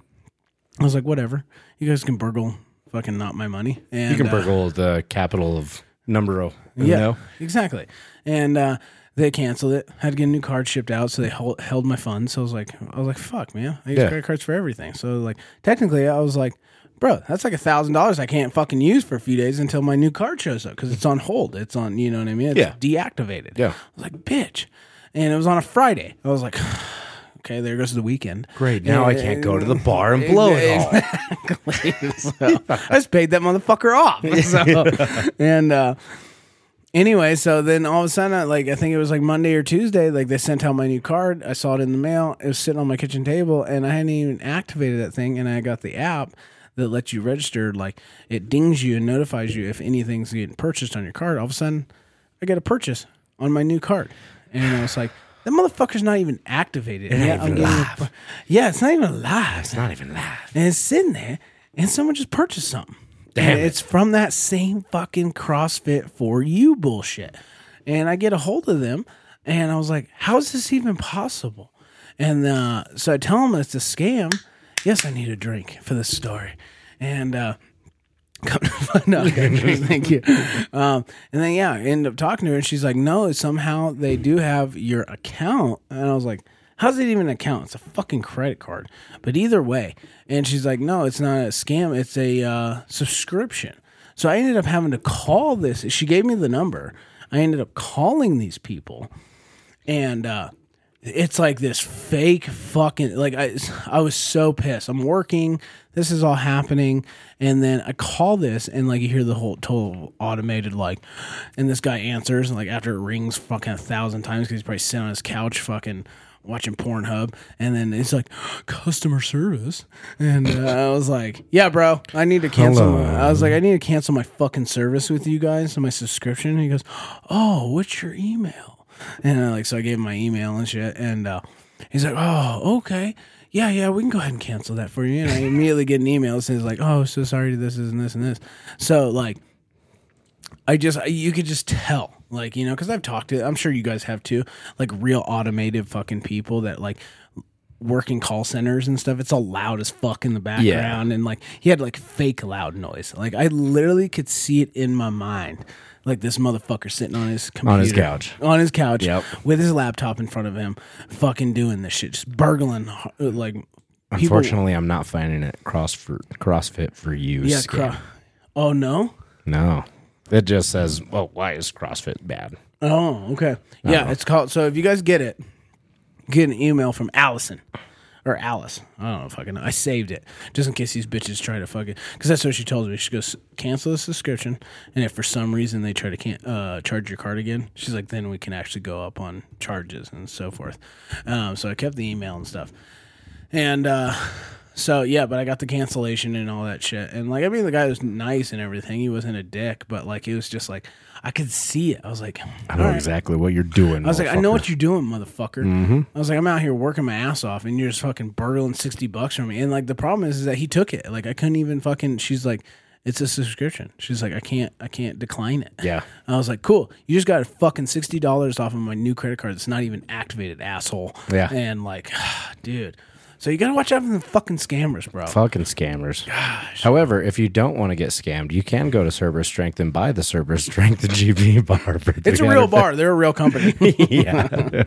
[SPEAKER 2] I was like, whatever. You guys can burgle fucking not my money. And,
[SPEAKER 1] you can
[SPEAKER 2] uh,
[SPEAKER 1] burgle the capital of Numbero. you
[SPEAKER 2] yeah,
[SPEAKER 1] know?
[SPEAKER 2] exactly. And uh, they canceled it. Had to get a new card shipped out, so they held, held my funds. So I was like, I was like, fuck, man, I use
[SPEAKER 1] Yeah.
[SPEAKER 2] credit cards for everything. So like, technically, I was like, bro, that's like a thousand dollars I can't fucking use for a few days until my new card shows up because it's on hold. It's on, you know what I mean? It's
[SPEAKER 1] Yeah.
[SPEAKER 2] deactivated.
[SPEAKER 1] Yeah.
[SPEAKER 2] I was like, bitch, and it was on a Friday. I was like. Okay, there goes the weekend.
[SPEAKER 1] Great. Now I can't go to the bar and blow it all.
[SPEAKER 2] So, I just paid that motherfucker off. So, and uh, anyway, so then all of a sudden, I, like I think it was like Monday or Tuesday, like they sent out my new card. I saw it in the mail. It was sitting on my kitchen table, and I hadn't even activated that thing. And I got the app that lets you register. Like it dings you and notifies you if anything's getting purchased on your card. All of a sudden, I get a purchase on my new card, and I was like. That motherfucker's not even activated. Yeah,
[SPEAKER 1] ain't
[SPEAKER 2] I'm
[SPEAKER 1] even
[SPEAKER 2] getting a pu- yeah, it's not even alive
[SPEAKER 1] It's not even that.
[SPEAKER 2] and it's sitting there, and someone just purchased something.
[SPEAKER 1] Damn
[SPEAKER 2] And
[SPEAKER 1] it.
[SPEAKER 2] It's from that same fucking CrossFit for you bullshit. And I get a hold of them, and I was like, "How is this even possible?" And uh, so I tell them it's a scam. Yes, I need a drink for this story, and uh, come to find out. Thank you. Um, and then yeah, I end up talking to her, and she's like, "No, somehow they do have your account." And I was like, "How's it even an account? It's a fucking credit card." But either way, and she's like, "No, it's not a scam. It's a uh, subscription." So I ended up having to call this. She gave me the number. I ended up calling these people and uh it's like this fake fucking like I I was so pissed. I'm working. This is all happening, and then I call this, and like you hear the whole total automated like, and this guy answers, and like after it rings fucking a thousand times, 'cause he's probably sitting on his couch fucking watching Pornhub, and then it's like customer service, and uh, I was like, yeah, bro, I need to cancel. My, I was like, I need to cancel my fucking service with you guys and my subscription. And he goes, oh, what's your email? And I, like, so I gave him my email and shit. And uh, he's like, oh, okay. Yeah, yeah, we can go ahead and cancel that for you. And I immediately get an email that says, like, oh, so sorry, this is and this and this. So, like, I just I- you could just tell, like you know, because I've talked to, I'm sure you guys have too, like real automated fucking people that like work in call centers and stuff. It's all loud as fuck in the background, and like he had like fake loud noise. Like I literally could see it in my mind, like this motherfucker sitting on his computer,
[SPEAKER 1] On his couch.
[SPEAKER 2] on his couch,
[SPEAKER 1] Yep.
[SPEAKER 2] with his laptop in front of him, fucking doing this shit, just burgling uh, like. people-
[SPEAKER 1] Unfortunately, I'm not finding it cross for CrossFit for use.
[SPEAKER 2] yeah, cro- oh no,
[SPEAKER 1] No, it just says, "Well, why is CrossFit bad?"
[SPEAKER 2] Oh, okay. Yeah, it's called. So if you guys get it, get an email from Allison or Alice. I don't know if I can. I saved it just in case these bitches try to fuck it. Because that's what she told me. She goes, cancel the subscription, and if for some reason they try to can- uh, charge your card again, she's like, then we can actually go up on charges and so forth. Um, so I kept the email and stuff, and. uh so yeah, but I got the cancellation and all that shit. And like I mean the guy was nice and everything. He wasn't a dick, but like it was just like I could see it. I was like
[SPEAKER 1] I know exactly what you're doing.
[SPEAKER 2] I was like, I know what you're doing, motherfucker. Mm-hmm. I was like, I'm out here working my ass off, and you're just fucking burgling sixty bucks from me. And like, the problem is, is that he took it. Like, I couldn't even fucking. She's like, it's a subscription. She's like, I can't, I can't decline it.
[SPEAKER 1] Yeah.
[SPEAKER 2] I was like, cool. You just got a fucking sixty dollars off of my new credit card that's not even activated, asshole.
[SPEAKER 1] Yeah.
[SPEAKER 2] And like, dude. So you gotta watch out for the fucking scammers, bro.
[SPEAKER 1] Fucking scammers. However, if you don't want to get scammed, you can go to Cerberus Strength and buy the Cerberus Strength GB bar. for
[SPEAKER 2] It's a real bar. They're a real company.
[SPEAKER 1] yeah.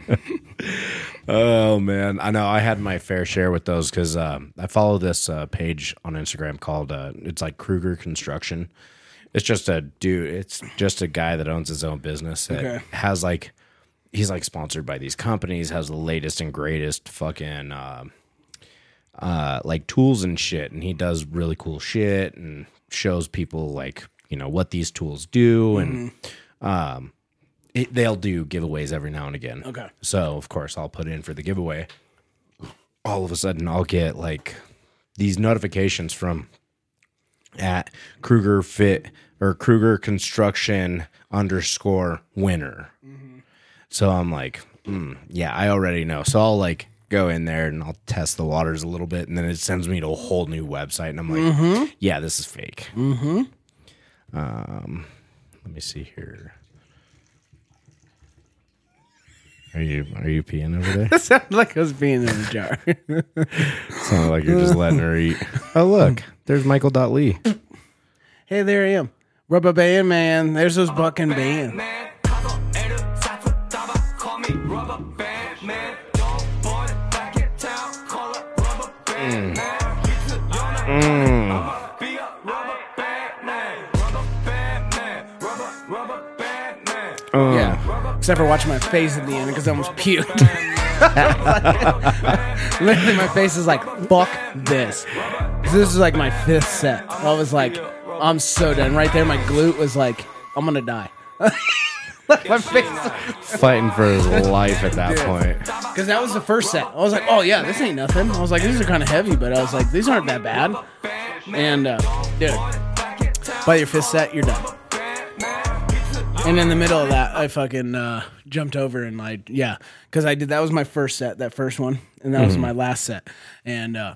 [SPEAKER 1] oh man, I know. I had my fair share with those because um, I follow this uh, page on Instagram called uh, it's like Kruger Construction. It's just a dude. It's just a guy that owns his own business that
[SPEAKER 2] Okay.
[SPEAKER 1] has like he's like sponsored by these companies. Has the latest and greatest fucking. um uh, like tools and shit, and he does really cool shit and shows people like you know what these tools do, and um, it, they'll do giveaways every now and again.
[SPEAKER 2] Okay.
[SPEAKER 1] So of course I'll put in for the giveaway. All of a sudden I'll get like these notifications from at Kruger Fit or Kruger Construction underscore winner. So I'm like, mm, yeah, I already know. So I'll like go in there and I'll test the waters a little bit, and then it sends me to a whole new website, and I'm like, yeah, this is fake. Mm-hmm. Um, let me see here. Are you are you peeing over there?
[SPEAKER 2] That sounded like I was being in a jar.
[SPEAKER 1] Sounded Oh, like you're just letting her eat. Oh look, there's Michael Dot Lee.
[SPEAKER 2] hey, there I am. Rubber band man. There's those fucking bands.
[SPEAKER 3] Batman, 타고 애를 사이프 따봐. Call me rubber band man. Don't boy back in town. Call it rubber band man. You could own it. I'ma be a rubber band man. Rubber band man. Rubber, rubber band man.
[SPEAKER 2] Yeah. Except for watching my face at the end because I almost puked. Literally, my face is like, fuck this. This is like my fifth set. I was like, I'm so done. Right there, my glute was like, I'm gonna die. my face.
[SPEAKER 1] fighting for his life at that point.
[SPEAKER 2] Because that was the first set. I was like, oh yeah, this ain't nothing. I was like, these are kind of heavy, but I was like, these aren't that bad. And, uh, dude, by your fifth set, you're done. And in the middle of that, I fucking uh, jumped over and I, yeah, because I did, that was my first set, that first one. And that was
[SPEAKER 1] Mm-hmm.
[SPEAKER 2] my last set. And uh,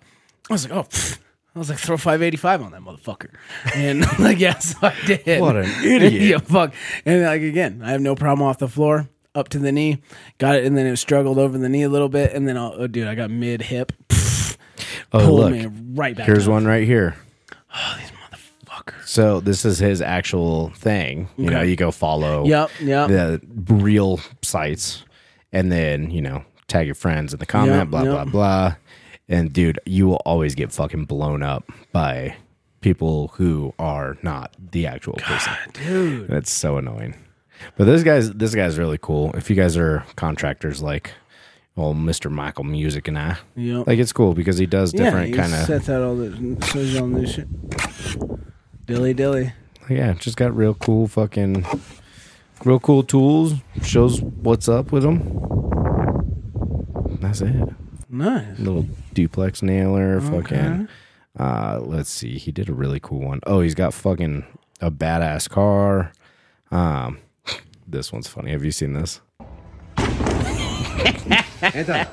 [SPEAKER 2] I was like, oh, pfft. I was like, throw 585 on that motherfucker. And like, yes, I did.
[SPEAKER 1] What an idiot.
[SPEAKER 2] Yeah, fuck. And like again, I have no problem off the floor, up to the knee, got it, and then it struggled over the knee a little bit, and then I'll, oh, dude, I got mid hip,
[SPEAKER 1] Oh
[SPEAKER 2] pulled
[SPEAKER 1] look,
[SPEAKER 2] me right back.
[SPEAKER 1] here's
[SPEAKER 2] down.
[SPEAKER 1] one right here.
[SPEAKER 2] Motherfucker.
[SPEAKER 1] So this is his actual thing. You know,
[SPEAKER 2] Okay.
[SPEAKER 1] you go follow
[SPEAKER 2] Yep, yep.
[SPEAKER 1] the real sites, and then you know tag your friends in the comment,
[SPEAKER 2] Yep,
[SPEAKER 1] blah blah
[SPEAKER 2] yep.
[SPEAKER 1] blah. And dude, you will always get fucking blown up by people who are not the actual person.
[SPEAKER 2] dude.
[SPEAKER 1] That's so annoying. But this guy's this guy's really cool. If you guys are contractors like old Mr. Michael Music and I,
[SPEAKER 2] Yep.
[SPEAKER 1] like it's cool because he does different
[SPEAKER 2] yeah,
[SPEAKER 1] kind of
[SPEAKER 2] sets out all this, shows you all this shit. Dilly dilly.
[SPEAKER 1] yeah, just got real cool fucking real cool tools. Shows what's up with them. That's it.
[SPEAKER 2] Nice.
[SPEAKER 1] Little duplex nailer, fucking. Uh, let's see. He did a really cool one. Oh, he's got fucking a badass car. Um, this one's funny. Have you seen this?
[SPEAKER 4] Anton,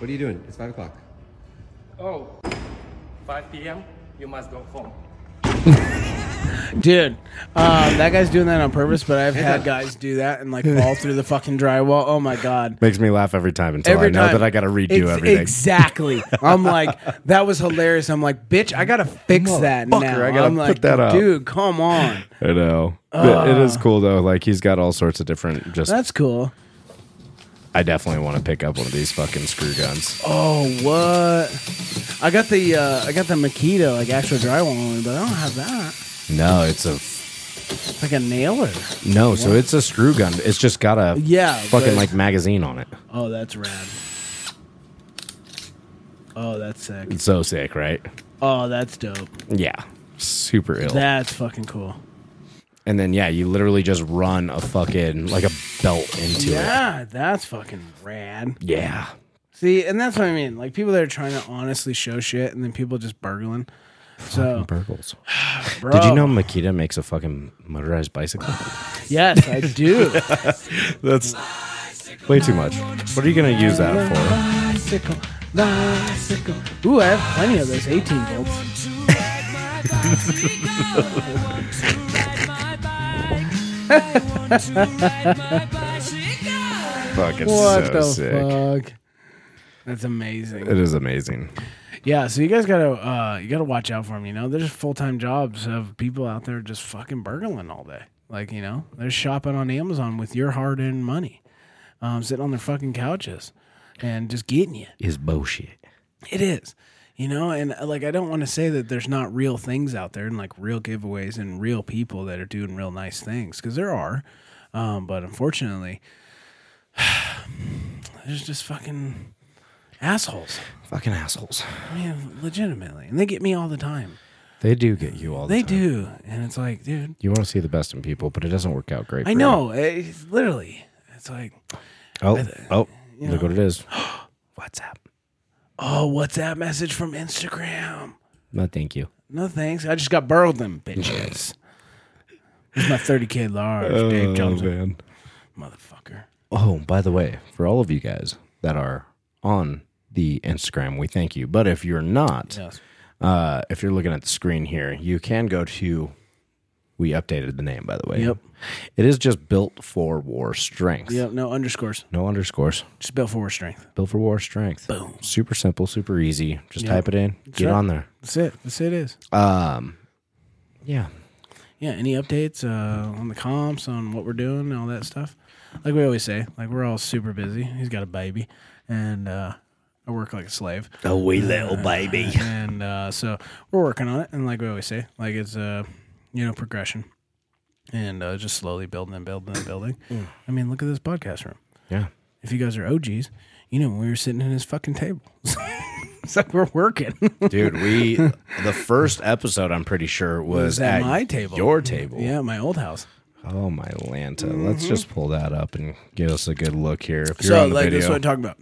[SPEAKER 4] what are you doing? It's five o'clock.
[SPEAKER 3] Oh, 5 p.m. You must go home.
[SPEAKER 2] Dude, um, that guy's doing that on purpose, but I've had guys do that and like fall through the fucking drywall. Oh my god.
[SPEAKER 1] Makes me laugh every time until
[SPEAKER 2] Every
[SPEAKER 1] I know
[SPEAKER 2] time.
[SPEAKER 1] that I got to redo
[SPEAKER 2] Ex-
[SPEAKER 1] everything.
[SPEAKER 2] Exactly. I'm like, that was hilarious. I'm like, bitch, I gotta fix that now.
[SPEAKER 1] Motherfucker, I gotta
[SPEAKER 2] am
[SPEAKER 1] put
[SPEAKER 2] like,
[SPEAKER 1] that up.
[SPEAKER 2] dude, come on.
[SPEAKER 1] I know. But it is cool though. Like he's got all sorts of different. Just
[SPEAKER 2] Ah. That's cool.
[SPEAKER 1] I definitely want to pick up one of these fucking screw guns.
[SPEAKER 2] Oh what? I got the uh, I got the Makita like actual drywall one, but I don't have that.
[SPEAKER 1] No, it's a
[SPEAKER 2] It's like a nailer.
[SPEAKER 1] no. So it's a screw gun. It's just got a
[SPEAKER 2] Yeah,
[SPEAKER 1] fucking
[SPEAKER 2] but-
[SPEAKER 1] like magazine on it.
[SPEAKER 2] Oh, that's rad. Oh, that's sick.
[SPEAKER 1] It's so sick, right?
[SPEAKER 2] Oh, that's dope.
[SPEAKER 1] Yeah, super ill.
[SPEAKER 2] That's fucking cool.
[SPEAKER 1] and then yeah, you literally just run a fucking like a belt into it.
[SPEAKER 2] Yeah, that's fucking rad.
[SPEAKER 1] Yeah.
[SPEAKER 2] See, and that's what I mean. Like people that are trying to honestly show shit, and then people just burgling. So,
[SPEAKER 1] Burgles.
[SPEAKER 2] bro,
[SPEAKER 1] Did you know Makita makes a fucking motorized bicycle?
[SPEAKER 2] Yes, I do.
[SPEAKER 1] That's way too much. What are you gonna use that for?
[SPEAKER 2] bicycle, bicycle. Ooh, I have plenty of those 18 volts.
[SPEAKER 1] Fucking
[SPEAKER 2] What
[SPEAKER 1] so
[SPEAKER 2] the
[SPEAKER 1] sick.
[SPEAKER 2] fuck? That's amazing.
[SPEAKER 1] It is amazing.
[SPEAKER 2] Yeah, so you guys gotta uh, you gotta watch out for them. You know, there's full time jobs of people out there just fucking burgling all day. Like you know, they're shopping on Amazon with your hard earned money, um, sitting on their fucking couches, and just getting you.
[SPEAKER 1] Is bullshit.
[SPEAKER 2] It is. You know, and uh, like I don't want to say that there's not real things out there and like real giveaways and real people that are doing real nice things because there are, um, but unfortunately, there's just fucking assholes.
[SPEAKER 1] Fucking assholes.
[SPEAKER 2] I mean, legitimately, and they get me all the time.
[SPEAKER 1] They do get you all the
[SPEAKER 2] They
[SPEAKER 1] time.
[SPEAKER 2] do, and it's like, dude,
[SPEAKER 1] You want to see the best in people, but it doesn't work out great.
[SPEAKER 2] I
[SPEAKER 1] for
[SPEAKER 2] know. It's literally, it's like,
[SPEAKER 1] you. Oh, oh, look
[SPEAKER 2] know.
[SPEAKER 1] what it is. WhatsApp.
[SPEAKER 2] oh, WhatsApp message from Instagram.
[SPEAKER 1] No, thank you.
[SPEAKER 2] No thanks. I just got burrowed them bitches. It's my 30k large, Dave Johnson.
[SPEAKER 1] Oh, man.
[SPEAKER 2] Motherfucker.
[SPEAKER 1] Oh, by the way, for all of you guys that are on the Instagram, we thank you. But if you're not,
[SPEAKER 2] Yes.
[SPEAKER 1] uh, if you're looking at the screen here, you can go to. We updated the name, by the way.
[SPEAKER 2] Yep.
[SPEAKER 1] It is just built for war strength.
[SPEAKER 2] Yep. No underscores.
[SPEAKER 1] No underscores.
[SPEAKER 2] Just built for strength.
[SPEAKER 1] Built for war strength.
[SPEAKER 2] Boom.
[SPEAKER 1] Super simple, super easy. Just
[SPEAKER 2] Yep.
[SPEAKER 1] type it in, get
[SPEAKER 2] right.
[SPEAKER 1] on there.
[SPEAKER 2] That's it. That's it. Is
[SPEAKER 1] Um, yeah.
[SPEAKER 2] yeah. Any updates uh, on the comps on what we're doing and all that stuff? Like we always say, like we're all super busy. He's got a baby, and uh, I work like a slave. Uh,
[SPEAKER 1] A wee Oh, little baby.
[SPEAKER 2] and uh, so we're working on it. And like we always say, like it's uh, you know progression, and uh, just slowly building and building and building.
[SPEAKER 1] Mm.
[SPEAKER 2] I mean, look at this podcast room.
[SPEAKER 1] Yeah.
[SPEAKER 2] If you guys are OGs, you know we were sitting in his fucking table. it's like we're working.
[SPEAKER 1] Dude, we the first episode I'm pretty sure was,
[SPEAKER 2] was at my table.
[SPEAKER 1] Your table.
[SPEAKER 2] yeah, my old house.
[SPEAKER 1] Oh my Lanta. Let's just pull that up and give us a good look here. If you're
[SPEAKER 2] so
[SPEAKER 1] on the
[SPEAKER 2] like
[SPEAKER 1] video.
[SPEAKER 2] this is what I'm talking about.